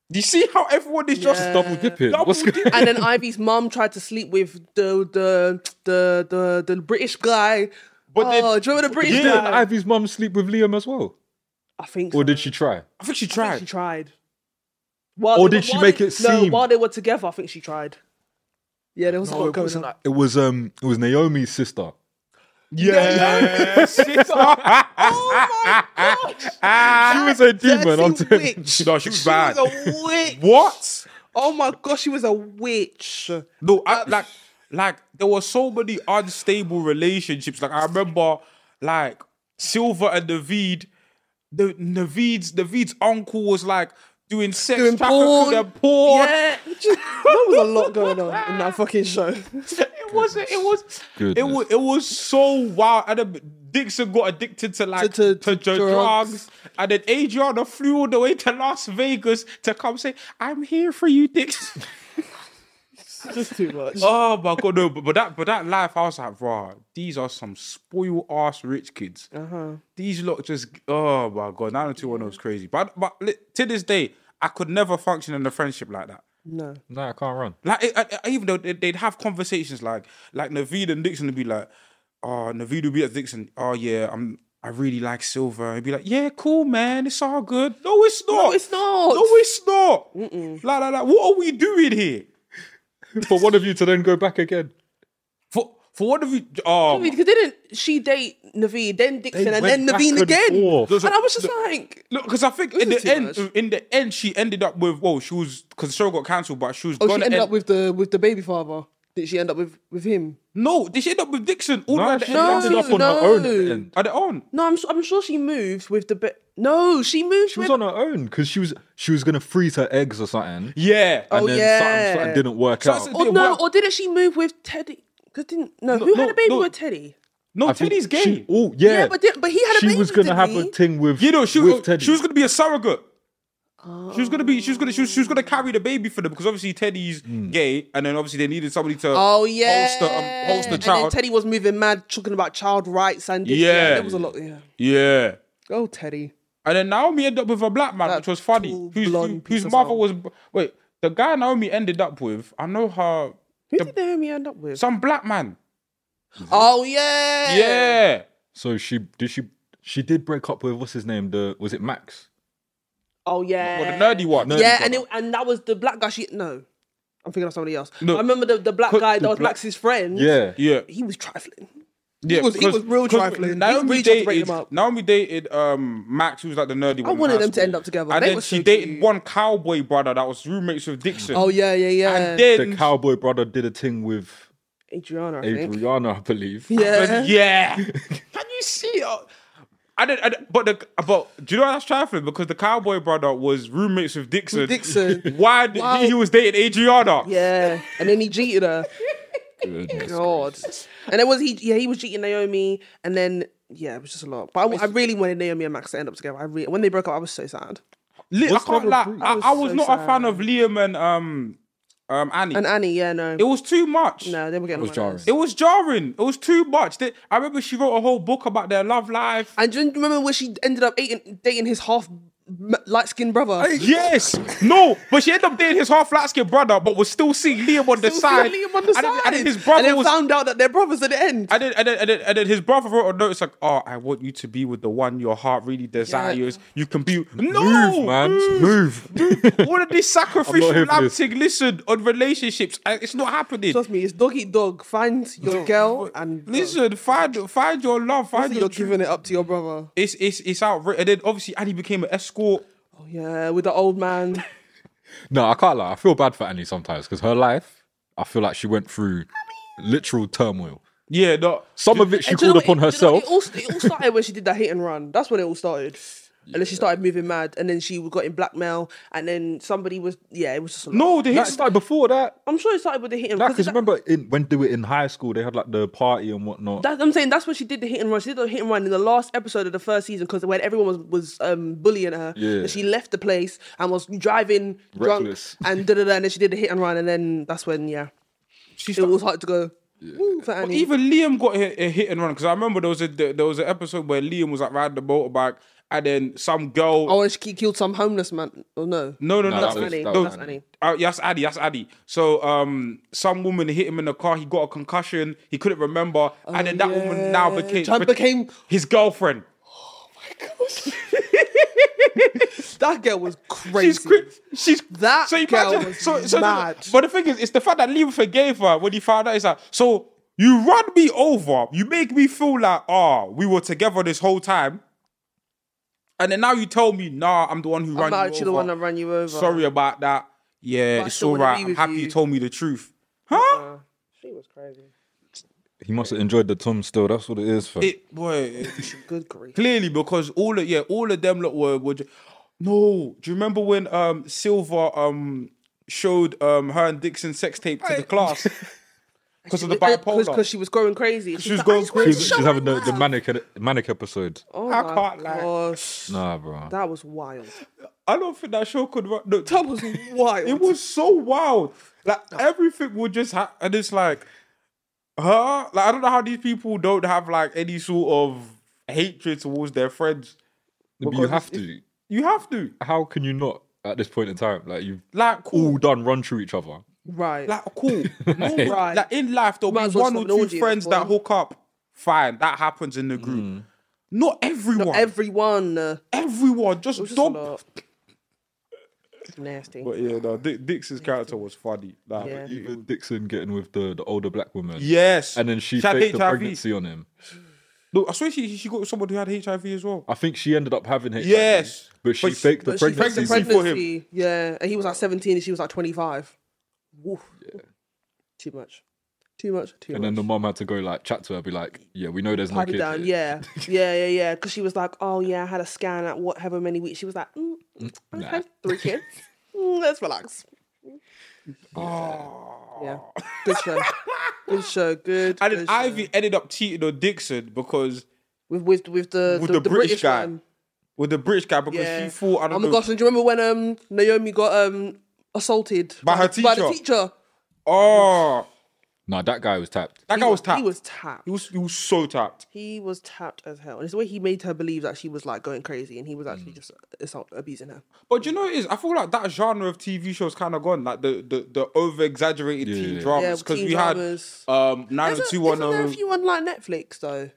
[SPEAKER 2] You see how everyone is just
[SPEAKER 3] uh,
[SPEAKER 4] double dipping.
[SPEAKER 2] Double
[SPEAKER 4] What's
[SPEAKER 2] dipping.
[SPEAKER 4] going
[SPEAKER 3] And then Ivy's mum tried to sleep with the the the the, the British guy.
[SPEAKER 2] But
[SPEAKER 3] But
[SPEAKER 2] then-
[SPEAKER 3] oh, do you remember the British
[SPEAKER 2] Yeah.
[SPEAKER 4] Did
[SPEAKER 3] guy?
[SPEAKER 4] Ivy's mum sleep with Liam as well,
[SPEAKER 3] I think.
[SPEAKER 4] or
[SPEAKER 3] so.
[SPEAKER 4] did she try?
[SPEAKER 2] I think she
[SPEAKER 3] I think
[SPEAKER 2] tried.
[SPEAKER 3] she tried. While
[SPEAKER 4] Or
[SPEAKER 3] they-
[SPEAKER 4] did she
[SPEAKER 3] while
[SPEAKER 4] make
[SPEAKER 3] they-
[SPEAKER 4] it
[SPEAKER 3] No,
[SPEAKER 4] seem-
[SPEAKER 3] while they were together, I think she tried. Yeah, there was a lot
[SPEAKER 4] it
[SPEAKER 3] going on.
[SPEAKER 4] wasn't. It was um. It was Naomi's sister.
[SPEAKER 2] Yeah,
[SPEAKER 3] oh my gosh!
[SPEAKER 4] she was a demon. I'm
[SPEAKER 3] dirty
[SPEAKER 4] telling you.
[SPEAKER 3] witch.
[SPEAKER 2] no, she was bad.
[SPEAKER 3] She was a witch.
[SPEAKER 2] What?
[SPEAKER 3] Oh my gosh, she was a witch.
[SPEAKER 2] No, I, like, like there were so many unstable relationships. Like I remember, like Silver and Naveed, the Naveed's Naveed's uncle was like doing sex
[SPEAKER 3] Doing
[SPEAKER 2] trafficking,
[SPEAKER 3] porn.
[SPEAKER 2] they're porn.
[SPEAKER 3] Yeah, there was a lot going on in that fucking show.
[SPEAKER 2] It was it was it
[SPEAKER 4] Goodness.
[SPEAKER 2] was it was so wild. And then Dixon got addicted to like to,
[SPEAKER 3] To- to-
[SPEAKER 2] dr- drugs.
[SPEAKER 3] drugs.
[SPEAKER 2] and then Adriana flew all the way to Las Vegas to come say, "I'm here for you, Dixon."
[SPEAKER 3] Just too much.
[SPEAKER 2] oh my god, no! But, but that but that life, I was like, "Bruh, these are some spoiled ass rich kids. These lot just oh my god, nine two one was crazy." But but li- to this day, I could never function in a friendship like that.
[SPEAKER 3] No.
[SPEAKER 4] No, I can't run.
[SPEAKER 2] Like it, I- I- even though they- they'd have conversations like like Naveed and Dixon would be like, oh Naveed would be at Dixon, oh yeah, I'm I really like Silver. He'd be like, yeah, cool man, it's all good. No, it's not.
[SPEAKER 3] it's not.
[SPEAKER 2] No, it's not. Like, like, like, what are we doing here?
[SPEAKER 4] For one of you to then go back again.
[SPEAKER 2] For for what have you? Oh,
[SPEAKER 3] I mean, because didn't she date Naveen, then Dixon, and then Naveen again?
[SPEAKER 2] Those are-
[SPEAKER 3] And I was just like,
[SPEAKER 2] look, because I think in
[SPEAKER 3] This is
[SPEAKER 2] the end,
[SPEAKER 3] too much.
[SPEAKER 2] in the end, she ended up with well, she was because the show got cancelled, but she was
[SPEAKER 3] oh, she
[SPEAKER 2] gonna
[SPEAKER 3] ended
[SPEAKER 2] end,
[SPEAKER 3] up with the with the baby father. Did she end up with with him?
[SPEAKER 2] no, did she end up with Dixon? All the way
[SPEAKER 4] No,
[SPEAKER 2] at the
[SPEAKER 4] she
[SPEAKER 2] end.
[SPEAKER 3] No,
[SPEAKER 4] ended up on her
[SPEAKER 3] no.
[SPEAKER 4] own. at the end.
[SPEAKER 2] At the end.
[SPEAKER 3] No, I'm su- I'm sure she moved with the. Ba- no, she moved.
[SPEAKER 4] She was
[SPEAKER 3] with-
[SPEAKER 4] on her own because she was she was gonna freeze her eggs or something.
[SPEAKER 2] Yeah.
[SPEAKER 4] and
[SPEAKER 3] Oh,
[SPEAKER 4] then
[SPEAKER 3] yeah.
[SPEAKER 4] something, something didn't work
[SPEAKER 2] Something
[SPEAKER 4] out.
[SPEAKER 3] or
[SPEAKER 2] Yeah,
[SPEAKER 3] no,
[SPEAKER 2] well-
[SPEAKER 3] or didn't she move with Teddy? Cause didn't no, who had
[SPEAKER 2] no,
[SPEAKER 3] a baby
[SPEAKER 2] no.
[SPEAKER 3] with Teddy?
[SPEAKER 2] No,
[SPEAKER 4] I think
[SPEAKER 2] Teddy's gay.
[SPEAKER 4] She, oh yeah,
[SPEAKER 3] Yeah, but did- but he had a
[SPEAKER 4] she
[SPEAKER 3] baby,
[SPEAKER 4] was gonna
[SPEAKER 3] didn't
[SPEAKER 4] have a
[SPEAKER 3] he?
[SPEAKER 4] thing with
[SPEAKER 2] You know, she
[SPEAKER 4] with
[SPEAKER 2] was,
[SPEAKER 4] Teddy.
[SPEAKER 2] she was gonna be a surrogate. She was gonna be she was gonna she was, she was gonna carry the baby for them because obviously Teddy's
[SPEAKER 4] Hmm.
[SPEAKER 2] gay and then obviously they needed somebody to
[SPEAKER 3] Oh yeah,
[SPEAKER 2] holster, um, holster
[SPEAKER 3] and then
[SPEAKER 2] child.
[SPEAKER 3] Teddy was moving mad, talking about child rights and this,
[SPEAKER 2] Yeah.
[SPEAKER 3] yeah, there was a lot. Yeah,
[SPEAKER 2] yeah.
[SPEAKER 3] oh Teddy,
[SPEAKER 2] And then Naomi ended up with a black man,
[SPEAKER 3] That
[SPEAKER 2] which was funny.
[SPEAKER 3] tall,
[SPEAKER 2] Whose
[SPEAKER 3] blonde
[SPEAKER 2] whose
[SPEAKER 3] piece of
[SPEAKER 2] mother
[SPEAKER 3] soul.
[SPEAKER 2] was wait, the guy Naomi ended up with, I know her
[SPEAKER 3] who did Naomi end up with?
[SPEAKER 2] some black man.
[SPEAKER 3] oh yeah,
[SPEAKER 2] Yeah.
[SPEAKER 4] so she did she she did break up with what's his name? The was it Max?
[SPEAKER 3] oh yeah,
[SPEAKER 2] Or the nerdy one.
[SPEAKER 4] Nerdy
[SPEAKER 3] yeah, and
[SPEAKER 4] brother.
[SPEAKER 3] it, and that was the black guy. She no, I'm thinking of somebody else.
[SPEAKER 2] No.
[SPEAKER 3] I remember the, the black
[SPEAKER 2] Could-
[SPEAKER 3] guy
[SPEAKER 2] the
[SPEAKER 3] that was
[SPEAKER 2] black-
[SPEAKER 3] Max's friend.
[SPEAKER 4] yeah,
[SPEAKER 2] Yeah.
[SPEAKER 3] he was trifling.
[SPEAKER 2] Yeah,
[SPEAKER 3] was- he
[SPEAKER 2] because-
[SPEAKER 3] was real
[SPEAKER 2] because
[SPEAKER 3] trifling. He
[SPEAKER 2] Naomi
[SPEAKER 3] really tried to
[SPEAKER 2] dated
[SPEAKER 3] break him up.
[SPEAKER 2] Naomi dated um, Max, who was like the nerdy one. in
[SPEAKER 3] wanted
[SPEAKER 2] high
[SPEAKER 3] them to
[SPEAKER 2] school.
[SPEAKER 3] end up together.
[SPEAKER 2] And
[SPEAKER 3] They
[SPEAKER 2] then
[SPEAKER 3] were
[SPEAKER 2] she
[SPEAKER 3] so
[SPEAKER 2] dated
[SPEAKER 3] cute.
[SPEAKER 2] one cowboy brother that was roommates with Dixon.
[SPEAKER 3] Oh yeah, yeah, yeah.
[SPEAKER 2] and then
[SPEAKER 4] the cowboy brother did a thing with
[SPEAKER 3] Adriana, I think.
[SPEAKER 4] Adriana, I believe.
[SPEAKER 3] Yeah.
[SPEAKER 2] But yeah. Can you see? uh, I didn't, I didn't- but the but do you know what that's trifling? Because the cowboy brother was roommates with Dixon.
[SPEAKER 3] With Dixon.
[SPEAKER 2] Why did
[SPEAKER 3] Wow.
[SPEAKER 2] he, he was dating Adriana?
[SPEAKER 3] Yeah, and then he cheated her.
[SPEAKER 4] Goodness.
[SPEAKER 3] God, and then was he? Yeah, he was cheating Naomi, and then yeah, it was just a lot. But I, I really wanted Naomi and Max to end up together. I really, when they broke up, I was so sad.
[SPEAKER 2] Li- I
[SPEAKER 4] What's
[SPEAKER 2] can't
[SPEAKER 4] the
[SPEAKER 2] lie.
[SPEAKER 4] recruit?
[SPEAKER 2] I,
[SPEAKER 3] was
[SPEAKER 2] I was
[SPEAKER 3] so
[SPEAKER 2] not a
[SPEAKER 3] sad.
[SPEAKER 2] fan of Liam and um um Annie.
[SPEAKER 3] And Annie, yeah, no,
[SPEAKER 2] it was too much.
[SPEAKER 3] no, they were getting
[SPEAKER 4] was
[SPEAKER 3] on my nerves.
[SPEAKER 4] jarring.
[SPEAKER 2] It was jarring. It was too much. They, I remember she wrote a whole book about their love life.
[SPEAKER 3] And do you remember where she ended up dating, dating his half light skinned brother?
[SPEAKER 2] Yes. No, but she ended up dating his half light skinned brother, but was still seeing Liam on the
[SPEAKER 3] Still
[SPEAKER 2] side.
[SPEAKER 3] feeling him on the
[SPEAKER 2] and, then- and
[SPEAKER 3] side.
[SPEAKER 2] then his brother
[SPEAKER 3] And then
[SPEAKER 2] was.
[SPEAKER 3] found out that they're brothers at the end.
[SPEAKER 2] and then, and, then, and, then, and then his brother wrote a note. It's like, oh, I want you to be with the one your heart really desires. You can be. No!
[SPEAKER 4] Move, man, move.
[SPEAKER 2] All of this
[SPEAKER 4] I'm not
[SPEAKER 2] sacrificial
[SPEAKER 4] here for this.
[SPEAKER 2] acting, listen, on relationships, and it's not happening.
[SPEAKER 3] Trust me, it's dog eat dog. Find your girl and
[SPEAKER 2] listen, find find your love, find
[SPEAKER 3] Obviously
[SPEAKER 2] your.
[SPEAKER 3] you're giving it up to your brother.
[SPEAKER 2] It's, it's, it's outrageous. And then obviously, Annie became an escort.
[SPEAKER 3] Oh yeah, with the old man.
[SPEAKER 4] No, I can't lie. I feel bad for Annie sometimes because her life, I feel like she went through literal turmoil.
[SPEAKER 2] Yeah, no.
[SPEAKER 4] Some of it she
[SPEAKER 3] And do you
[SPEAKER 4] called
[SPEAKER 3] know what-
[SPEAKER 4] upon
[SPEAKER 3] do you know what?
[SPEAKER 4] herself.
[SPEAKER 3] It all, st- it all started when she did that hit and run. That's when it all started. And then she started moving mad, and then she got in blackmail, and then somebody was yeah, it was just a lot.
[SPEAKER 2] No, the
[SPEAKER 4] That
[SPEAKER 2] hit
[SPEAKER 4] started before that.
[SPEAKER 3] I'm sure it started with the hit and
[SPEAKER 4] Like,
[SPEAKER 3] run.
[SPEAKER 4] cause remember in, when they were in high school, they had like the party and whatnot.
[SPEAKER 3] That's, I'm saying that's when she did the hit and run. She did the hit and run in the last episode of the first season because when everyone was was um, bullying her,
[SPEAKER 4] Yeah.
[SPEAKER 3] and she left the place and was driving
[SPEAKER 4] Reckless.
[SPEAKER 3] drunk and da da da. And then she did the hit and run, and then that's when yeah,
[SPEAKER 2] She
[SPEAKER 3] it was hard to go. Woo, for Annie.
[SPEAKER 2] Even Liam got hit, a hit and run because I remember there was a there was an episode where Liam was like riding the motorbike and then some girl.
[SPEAKER 3] oh, and she ki- killed some homeless man. Oh no,
[SPEAKER 2] no, no, no,
[SPEAKER 4] No,
[SPEAKER 2] that's
[SPEAKER 4] that was-
[SPEAKER 3] Annie.
[SPEAKER 4] that was
[SPEAKER 3] that's
[SPEAKER 4] Annie.
[SPEAKER 3] Annie.
[SPEAKER 2] Uh, yes, Addy. That's Addy. So, um, some woman hit him in the car. He got a concussion. He couldn't remember, and then that woman now became
[SPEAKER 3] Tran- became-
[SPEAKER 2] his girlfriend.
[SPEAKER 3] That girl was crazy.
[SPEAKER 2] She's quick. She's
[SPEAKER 3] That girl was mad.
[SPEAKER 2] but the thing is, it's the fact that Liam forgave her when he found out. It's like, so you run me over. You make me feel like, ah, we were together this whole time, and then now you tell me, nah, I'm the one who
[SPEAKER 3] I'm
[SPEAKER 2] ran you
[SPEAKER 3] actually
[SPEAKER 2] over.
[SPEAKER 3] the one that ran you over.
[SPEAKER 2] Sorry about that. Yeah,
[SPEAKER 3] I
[SPEAKER 2] it's
[SPEAKER 3] still
[SPEAKER 2] all
[SPEAKER 3] wanna
[SPEAKER 2] right.
[SPEAKER 3] be
[SPEAKER 2] I'm
[SPEAKER 3] with
[SPEAKER 2] happy you.
[SPEAKER 3] you.
[SPEAKER 2] told me the truth. Huh?
[SPEAKER 3] Uh, she was crazy.
[SPEAKER 4] He must have enjoyed the Tom still. That's what it is for.
[SPEAKER 2] It boy, it-
[SPEAKER 3] Good grief.
[SPEAKER 2] clearly because all of yeah, all of them lot were were. ju- No, do you remember when um Silva um showed um her and Dixon sex tape to the class because of the
[SPEAKER 3] uh,
[SPEAKER 2] bipolar?
[SPEAKER 3] Because she was going crazy.
[SPEAKER 2] she was going
[SPEAKER 4] She's,
[SPEAKER 2] crazy.
[SPEAKER 4] she's having the, the manic manic episode.
[SPEAKER 3] Oh
[SPEAKER 2] I
[SPEAKER 3] my
[SPEAKER 2] can't lie.
[SPEAKER 3] gosh.
[SPEAKER 4] Nah, bro.
[SPEAKER 3] That was wild.
[SPEAKER 2] I don't think that show could run. No,
[SPEAKER 3] That was wild.
[SPEAKER 2] It was so wild. Like everything would just ha- and it's like, huh? Like I don't know how these people don't have like any sort of hatred towards their friends.
[SPEAKER 4] But you
[SPEAKER 2] because
[SPEAKER 4] have to.
[SPEAKER 2] You have to
[SPEAKER 4] How can you not at this point in time? Like you've
[SPEAKER 2] like cool,
[SPEAKER 4] all done run through each other.
[SPEAKER 3] right.
[SPEAKER 2] like cool. No,
[SPEAKER 3] Right.
[SPEAKER 2] Like in life, there'll
[SPEAKER 3] Might
[SPEAKER 2] be
[SPEAKER 3] as well
[SPEAKER 2] one
[SPEAKER 3] stop
[SPEAKER 2] or
[SPEAKER 3] an
[SPEAKER 2] two
[SPEAKER 3] orgy at
[SPEAKER 2] friends
[SPEAKER 3] this
[SPEAKER 2] that
[SPEAKER 3] point.
[SPEAKER 2] hook up. Fine, that happens in the group.
[SPEAKER 4] Mm.
[SPEAKER 2] Not everyone.
[SPEAKER 3] Everyone. uh,
[SPEAKER 2] everyone just,
[SPEAKER 3] it was just a
[SPEAKER 2] don't.
[SPEAKER 3] lot. Nasty.
[SPEAKER 2] But yeah, no, Dick, Dix's character was funny. Like,
[SPEAKER 3] Yeah.
[SPEAKER 2] you-
[SPEAKER 4] Even Dixon getting with the, the older black woman.
[SPEAKER 2] yes,
[SPEAKER 4] And then she
[SPEAKER 2] had
[SPEAKER 4] faked the
[SPEAKER 2] HIV.
[SPEAKER 4] pregnancy on him.
[SPEAKER 2] No, I swear she she got with someone who had HIV as well.
[SPEAKER 4] I think she ended up having HIV.
[SPEAKER 2] Yes.
[SPEAKER 4] But she
[SPEAKER 2] But she-
[SPEAKER 4] faked the
[SPEAKER 3] But she faked
[SPEAKER 4] pregnancy.
[SPEAKER 3] the
[SPEAKER 2] Pregnancy for him.
[SPEAKER 3] pregnancy. Yeah, and he was like 17 and she was like 25. Woof. Too much. Too much. Too
[SPEAKER 4] and
[SPEAKER 3] much.
[SPEAKER 4] then the mom had to go like chat to her, be like, "Yeah, we know there's no
[SPEAKER 3] Pipe it
[SPEAKER 4] kid."
[SPEAKER 3] down,
[SPEAKER 4] here."
[SPEAKER 3] yeah, yeah, yeah, yeah. Because she was like, "Oh yeah, I had a scan at whatever many weeks." She was like, mm, "I
[SPEAKER 4] nah.
[SPEAKER 3] had three kids. Mm, let's relax."
[SPEAKER 2] Oh.
[SPEAKER 3] Yeah, good show, good show, good.
[SPEAKER 2] And
[SPEAKER 3] good
[SPEAKER 2] then
[SPEAKER 3] show.
[SPEAKER 2] Ivy ended up cheating on Dixon because
[SPEAKER 3] with with with the
[SPEAKER 2] with
[SPEAKER 3] the, the British, guy. One.
[SPEAKER 2] with the British guy because
[SPEAKER 3] Yeah.
[SPEAKER 2] she thought I
[SPEAKER 3] Oh
[SPEAKER 2] don't
[SPEAKER 3] my
[SPEAKER 2] know.
[SPEAKER 3] gosh! And do you remember when um Naomi got um assaulted
[SPEAKER 2] By her
[SPEAKER 3] the- By the
[SPEAKER 2] teacher.
[SPEAKER 3] teacher,
[SPEAKER 2] Oh,
[SPEAKER 4] Nah, that guy was tapped.
[SPEAKER 2] that
[SPEAKER 3] he
[SPEAKER 2] guy was
[SPEAKER 3] was
[SPEAKER 2] tapped.
[SPEAKER 3] He was tapped.
[SPEAKER 2] he was, he was so tapped.
[SPEAKER 3] He was tapped as hell. And it's the way he made her believe that she was like going crazy, and he was
[SPEAKER 2] Mm.
[SPEAKER 3] actually just assault abusing her.
[SPEAKER 2] But you know, it is. I feel like that genre of TV shows kind of gone, like the the, the over exaggerated
[SPEAKER 4] Yeah,
[SPEAKER 2] teen
[SPEAKER 4] yeah.
[SPEAKER 2] dramas
[SPEAKER 3] Yeah,
[SPEAKER 2] because
[SPEAKER 3] teen
[SPEAKER 2] we
[SPEAKER 3] dramas.
[SPEAKER 2] had um nine
[SPEAKER 3] Isn't,
[SPEAKER 2] two
[SPEAKER 3] isn't
[SPEAKER 2] one oh
[SPEAKER 3] there a few on like Netflix though?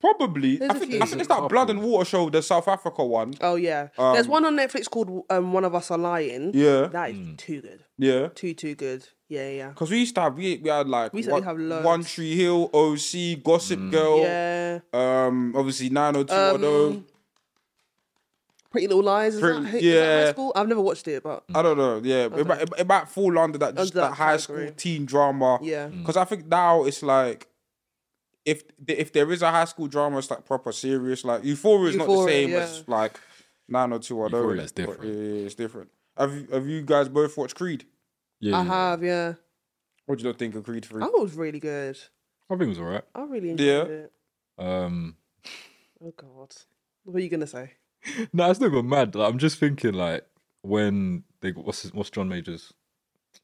[SPEAKER 2] probably.
[SPEAKER 3] There's
[SPEAKER 2] I
[SPEAKER 3] a
[SPEAKER 2] think
[SPEAKER 3] few.
[SPEAKER 2] I think it's that blood and water show, the South Africa one.
[SPEAKER 3] Oh yeah, there's one on Netflix called um, "One of Us Are Lying."
[SPEAKER 2] Yeah. Hmm.
[SPEAKER 3] that is too good,
[SPEAKER 2] Yeah.
[SPEAKER 3] too too good. Yeah, yeah,
[SPEAKER 2] Because we used to have we, we had like
[SPEAKER 3] We certainly
[SPEAKER 2] one,
[SPEAKER 3] have loads.
[SPEAKER 2] One Tree Hill, OC, Gossip
[SPEAKER 4] Mm.
[SPEAKER 2] Girl,
[SPEAKER 3] yeah. Um,
[SPEAKER 2] um, obviously 90210.
[SPEAKER 3] Pretty Little Lies. Is
[SPEAKER 2] Pretty-
[SPEAKER 3] that, is that
[SPEAKER 2] yeah.
[SPEAKER 3] high school? I've never watched it, but
[SPEAKER 2] I don't know. Yeah, it, might, it, might fall under that just
[SPEAKER 3] Under
[SPEAKER 2] that,
[SPEAKER 3] that
[SPEAKER 2] high school
[SPEAKER 3] category.
[SPEAKER 2] teen drama.
[SPEAKER 3] Yeah. Mm.
[SPEAKER 2] because I think now it's like if th- if there is a high school drama, it's like proper serious. Like Euphoria is not the
[SPEAKER 3] Euphoria,
[SPEAKER 2] same
[SPEAKER 3] yeah.
[SPEAKER 2] as like nine or two. I don't.
[SPEAKER 4] Euphoria is different.
[SPEAKER 2] Yeah, yeah, it's different. Have you, have you guys both watched Creed?
[SPEAKER 4] Yeah,
[SPEAKER 3] I
[SPEAKER 2] Uh-huh.
[SPEAKER 4] yeah.
[SPEAKER 3] have. Yeah,
[SPEAKER 2] What do you not think of Creed Three?
[SPEAKER 3] I thought it was really good.
[SPEAKER 4] I think it was alright.
[SPEAKER 3] I really enjoyed
[SPEAKER 2] Yeah.
[SPEAKER 3] it.
[SPEAKER 4] Um,
[SPEAKER 3] Oh God, what are you gonna say?
[SPEAKER 4] no, it's not even mad. Like, I'm just thinking like when they what's his, what's John Major's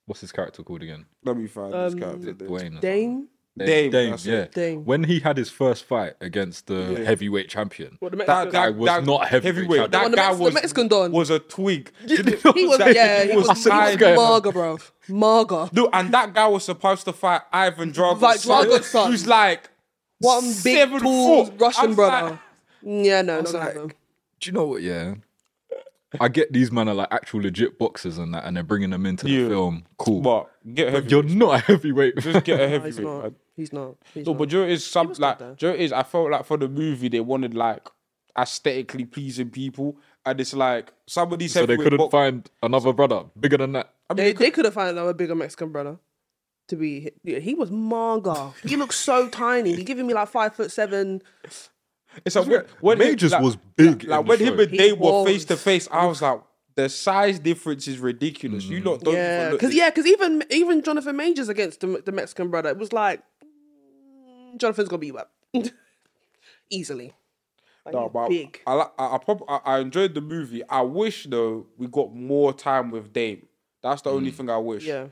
[SPEAKER 4] what's his character called again?
[SPEAKER 2] Let me find
[SPEAKER 3] Um,
[SPEAKER 2] this guy.
[SPEAKER 4] Is it
[SPEAKER 2] Dame,
[SPEAKER 4] Dwayne. or
[SPEAKER 3] Dame.
[SPEAKER 4] something?
[SPEAKER 2] Dame,
[SPEAKER 4] Dame,
[SPEAKER 2] that's it.
[SPEAKER 4] yeah.
[SPEAKER 3] Dame.
[SPEAKER 4] When he had his first fight against the heavyweight champion,
[SPEAKER 3] What the Mexican?
[SPEAKER 2] That guy
[SPEAKER 4] was not heavyweight champion.
[SPEAKER 2] That
[SPEAKER 3] One of the
[SPEAKER 2] guy
[SPEAKER 3] Mex- the
[SPEAKER 2] was
[SPEAKER 3] Mexican don.
[SPEAKER 2] was a twig.
[SPEAKER 3] he was yeah, he was,
[SPEAKER 4] I said,
[SPEAKER 3] he
[SPEAKER 4] "What's
[SPEAKER 3] was
[SPEAKER 4] going on?"
[SPEAKER 3] Marga, bro. Marga.
[SPEAKER 2] No, and that guy was supposed to fight Ivan Drago's
[SPEAKER 3] Like Drago's son.
[SPEAKER 2] who's like
[SPEAKER 3] One big
[SPEAKER 2] seven
[SPEAKER 3] tall
[SPEAKER 2] foot.
[SPEAKER 3] Russian
[SPEAKER 2] I'm
[SPEAKER 3] brother. Mm,
[SPEAKER 2] like-
[SPEAKER 3] yeah, no, not gonna
[SPEAKER 4] like-
[SPEAKER 3] happen.
[SPEAKER 4] do you know what? Yeah, I get these men are like actual legit boxers and that, and they're bringing them into the
[SPEAKER 2] Yeah.
[SPEAKER 4] film. Cool,
[SPEAKER 2] What? Get a heavyweight.
[SPEAKER 4] you're not a heavyweight.
[SPEAKER 2] Just get a
[SPEAKER 3] No, he's
[SPEAKER 2] heavyweight.
[SPEAKER 3] not.
[SPEAKER 2] man.
[SPEAKER 3] He's not. He's
[SPEAKER 2] No,
[SPEAKER 3] not.
[SPEAKER 2] but Joe is some
[SPEAKER 3] was good
[SPEAKER 2] like
[SPEAKER 3] though.
[SPEAKER 2] Joe is. I felt like for the movie they wanted like aesthetically pleasing people, and it's like some of these
[SPEAKER 4] so they
[SPEAKER 2] heavyweight
[SPEAKER 4] couldn't
[SPEAKER 2] box-
[SPEAKER 4] find another brother bigger than that.
[SPEAKER 2] I mean,
[SPEAKER 3] They,
[SPEAKER 2] they
[SPEAKER 3] they could have found another bigger Mexican brother to be. Yeah, he was manga. He looked so tiny. He's giving me like five foot seven.
[SPEAKER 2] could- it's a weird. When him-
[SPEAKER 4] Majors
[SPEAKER 2] like-
[SPEAKER 4] was big. in
[SPEAKER 2] Like
[SPEAKER 4] the
[SPEAKER 2] when him
[SPEAKER 4] show.
[SPEAKER 2] and they were
[SPEAKER 3] was.
[SPEAKER 2] face to face, I was like, the size difference is ridiculous.
[SPEAKER 4] Mm.
[SPEAKER 2] You lot don't.
[SPEAKER 3] Yeah,
[SPEAKER 2] even look-
[SPEAKER 3] because yeah, because even even Jonathan Majors against the, the Mexican brother it was like mm, Jonathan's gonna beat you up easily. Like,
[SPEAKER 2] No,
[SPEAKER 3] he's
[SPEAKER 2] but
[SPEAKER 3] big.
[SPEAKER 2] I, li- I, I, prob- I, I enjoyed the movie. I wish though we got more time with Dame. That's the
[SPEAKER 4] Mm.
[SPEAKER 2] only thing I wish.
[SPEAKER 3] Yeah.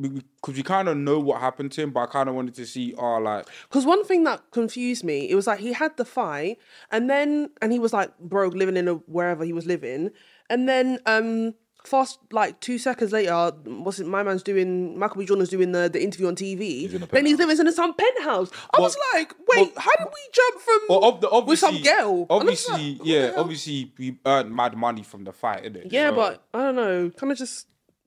[SPEAKER 2] because we, kind of know what happened to him, but I kind of wanted to see. Oh, like
[SPEAKER 3] Because one thing that confused me, it was like he had the fight, and then and he was like broke, living in a wherever he was living, and then um fast like two seconds later, what's it? My man's doing Michael B. Jordan's doing the, the interview on TV.
[SPEAKER 4] in a
[SPEAKER 3] then he's living in some penthouse. I was like, wait, how did we jump from
[SPEAKER 2] well, ob- the-
[SPEAKER 3] with
[SPEAKER 2] obviously,
[SPEAKER 3] some girl? And I was like,
[SPEAKER 2] obviously,
[SPEAKER 3] what the
[SPEAKER 2] yeah,
[SPEAKER 3] hell?
[SPEAKER 2] obviously, we earned mad money from the fight, innit?
[SPEAKER 3] yeah,
[SPEAKER 2] So-
[SPEAKER 3] but I don't know, kind of just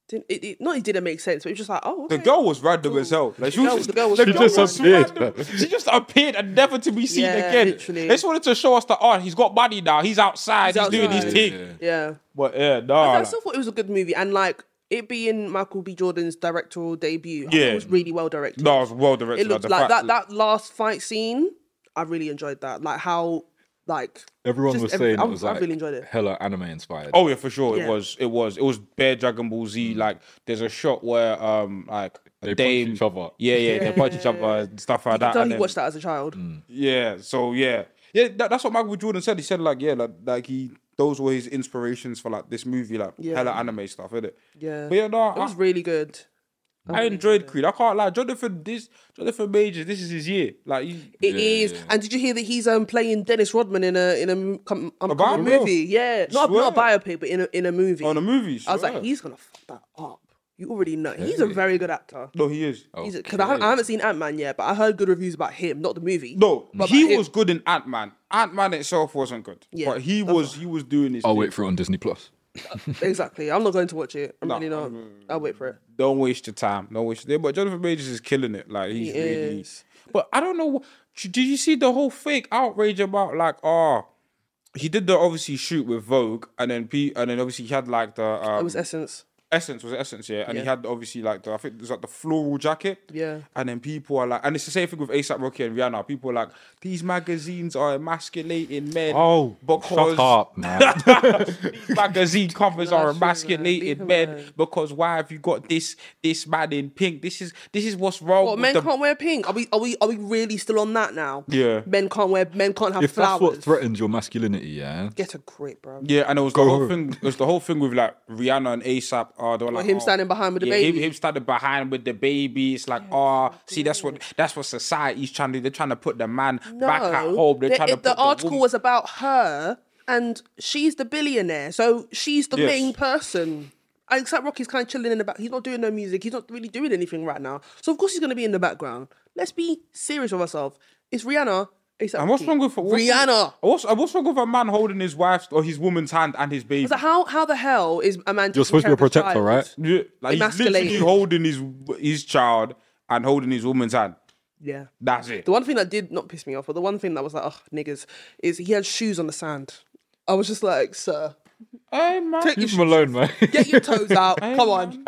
[SPEAKER 3] didn't. It, it, not it didn't make sense, but it was just like, oh,
[SPEAKER 2] the
[SPEAKER 3] okay.
[SPEAKER 2] girl was random as hell. Like she was
[SPEAKER 3] girl-
[SPEAKER 2] just,
[SPEAKER 3] the girl was
[SPEAKER 2] the
[SPEAKER 3] random.
[SPEAKER 2] girl
[SPEAKER 3] She just
[SPEAKER 2] was
[SPEAKER 4] appeared,
[SPEAKER 2] random. She just appeared and never to be seen
[SPEAKER 3] Yeah,
[SPEAKER 2] again.
[SPEAKER 3] literally.
[SPEAKER 2] They just wanted to show us that oh, he's got money now. He's outside. He's,
[SPEAKER 3] He's
[SPEAKER 2] doing his
[SPEAKER 3] outside.
[SPEAKER 2] thing.
[SPEAKER 3] yeah.
[SPEAKER 2] But yeah, nah.
[SPEAKER 3] I
[SPEAKER 2] like-
[SPEAKER 3] still thought it was a good movie, and like it being Michael B. Jordan's directorial debut, I thought
[SPEAKER 2] Yeah.
[SPEAKER 3] it was really well directed.
[SPEAKER 2] No, I was well directed.
[SPEAKER 3] it looked
[SPEAKER 2] the
[SPEAKER 3] like
[SPEAKER 2] fact-
[SPEAKER 3] that that last fight scene. I really enjoyed that, like how Like
[SPEAKER 4] Everyone
[SPEAKER 3] just
[SPEAKER 4] was
[SPEAKER 3] everything.
[SPEAKER 4] saying
[SPEAKER 3] I'm-
[SPEAKER 4] it was
[SPEAKER 3] I
[SPEAKER 4] like
[SPEAKER 3] really enjoyed it.
[SPEAKER 4] hella anime inspired.
[SPEAKER 2] Oh yeah, for sure.
[SPEAKER 3] Yeah.
[SPEAKER 2] It was. It was. It was bare Dragon Ball Z. Like there's a shot where um like
[SPEAKER 4] Mm. they
[SPEAKER 2] a
[SPEAKER 4] punch
[SPEAKER 2] dame.
[SPEAKER 4] each other.
[SPEAKER 2] Yeah, yeah, they punch each other and stuff like that.
[SPEAKER 3] Tell
[SPEAKER 2] and
[SPEAKER 3] you
[SPEAKER 2] then- Mm.
[SPEAKER 3] watched that as a child.
[SPEAKER 2] Yeah. So yeah, yeah. That, that's what Michael Jordan said. He said like yeah, like, like he those were his inspirations for like this movie, like
[SPEAKER 3] Yeah.
[SPEAKER 2] hella anime stuff, is it?
[SPEAKER 3] Yeah.
[SPEAKER 2] But yeah, no,
[SPEAKER 3] It was
[SPEAKER 2] I,
[SPEAKER 3] really good.
[SPEAKER 2] I enjoyed Creed. I can't lie, Jonathan. This Jonathan Majors. This is his year. Like he,
[SPEAKER 3] It
[SPEAKER 4] Yeah,
[SPEAKER 3] is.
[SPEAKER 4] yeah, yeah.
[SPEAKER 3] And did you hear that he's um playing Dennis Rodman in a in a m- com- um,
[SPEAKER 2] biopic?
[SPEAKER 3] movie? Yeah, not a, not a
[SPEAKER 2] Swear.
[SPEAKER 3] biopic, but in a in a movie.
[SPEAKER 2] on the movies.
[SPEAKER 3] I was like,
[SPEAKER 2] swear.
[SPEAKER 3] he's gonna fuck that up. You already know. He's a very good actor.
[SPEAKER 2] no, he is.
[SPEAKER 3] He's because I, I haven't seen Ant Man yet, but I heard good reviews about him, not the movie.
[SPEAKER 2] No,
[SPEAKER 3] But
[SPEAKER 2] he
[SPEAKER 3] about him.
[SPEAKER 2] was good in Ant Man. Ant Man itself wasn't good,
[SPEAKER 3] Yeah,
[SPEAKER 2] but he was he was doing his.
[SPEAKER 4] I'll
[SPEAKER 2] thing.
[SPEAKER 4] wait for it on Disney Plus.
[SPEAKER 3] exactly. I'm not going to watch it. I'm
[SPEAKER 2] No,
[SPEAKER 3] really not.
[SPEAKER 2] I'm- uh,
[SPEAKER 3] I'll wait for it.
[SPEAKER 2] Don't waste your time. Don't waste your But Jonathan Majors is killing it. Like he's
[SPEAKER 3] He
[SPEAKER 2] really.
[SPEAKER 3] is.
[SPEAKER 2] But I don't know. wh- Did you see the whole fake outrage about like ah? he did the obviously shoot with Vogue, and then P, and then obviously he had like the um,
[SPEAKER 3] It was Essence.
[SPEAKER 2] Essence was it Essence, yeah, and he
[SPEAKER 3] Yeah.
[SPEAKER 2] had obviously like the I think it was like the floral jacket,
[SPEAKER 3] Yeah.
[SPEAKER 2] and then people are like, and it's the same thing with ASAP Rocky and Rihanna. People are like, these magazines are emasculating men. Oh,
[SPEAKER 4] Oh,
[SPEAKER 2] because
[SPEAKER 4] man.
[SPEAKER 2] magazine covers
[SPEAKER 3] Nah,
[SPEAKER 2] are
[SPEAKER 3] true, man. Leave
[SPEAKER 2] emasculated
[SPEAKER 3] him
[SPEAKER 2] men
[SPEAKER 3] alone.
[SPEAKER 2] because why have you got this this man in pink? This is this is what's wrong.
[SPEAKER 3] What
[SPEAKER 2] with
[SPEAKER 3] men
[SPEAKER 2] the-
[SPEAKER 3] can't wear pink? Are we are we are we really still on that now?
[SPEAKER 2] Yeah.
[SPEAKER 3] Men can't wear. Men can't have
[SPEAKER 4] if that's
[SPEAKER 3] flowers.
[SPEAKER 4] what threatens your masculinity, yeah.
[SPEAKER 3] Get a grip, bro.
[SPEAKER 2] yeah, and it was the whole thing. It was the whole thing with like Rihanna and ASAP. Uh, they were like
[SPEAKER 3] him
[SPEAKER 2] oh,
[SPEAKER 3] standing behind with the
[SPEAKER 2] yeah,
[SPEAKER 3] baby.
[SPEAKER 2] Him, him standing behind with the baby. It's like, ah, see, that's what that's what society's trying to. do. They're trying to put the man back at home. They're
[SPEAKER 3] the,
[SPEAKER 2] trying to
[SPEAKER 3] it-
[SPEAKER 2] put
[SPEAKER 3] the article
[SPEAKER 2] woman-
[SPEAKER 3] was about her, and she's the billionaire, so she's the
[SPEAKER 2] Yes.
[SPEAKER 3] main person. And except Rocky's kind of chilling in the back. He's not doing no music. He's not really doing anything right now. So of course he's going to be in the background. Let's be serious with ourselves. It's Rihanna. It's
[SPEAKER 2] And what's wrong with what's-
[SPEAKER 3] Rihanna?
[SPEAKER 2] What's, what's wrong with a man holding his wife's or his woman's hand and his baby?
[SPEAKER 3] So how how the hell is a man?
[SPEAKER 4] You're supposed to be a protector, right?
[SPEAKER 2] Yeah, like he's literally
[SPEAKER 3] Emasculated.
[SPEAKER 2] holding his his child and holding his woman's hand.
[SPEAKER 3] Yeah.
[SPEAKER 2] That's it.
[SPEAKER 3] The one thing that did not piss me off, but the one thing that was like, oh niggers, is he had shoes on the sand. I was just like, sir,
[SPEAKER 2] Hey, man.
[SPEAKER 3] take your
[SPEAKER 4] Leave
[SPEAKER 3] sh-
[SPEAKER 4] him alone, man.
[SPEAKER 3] get your toes out. Come on.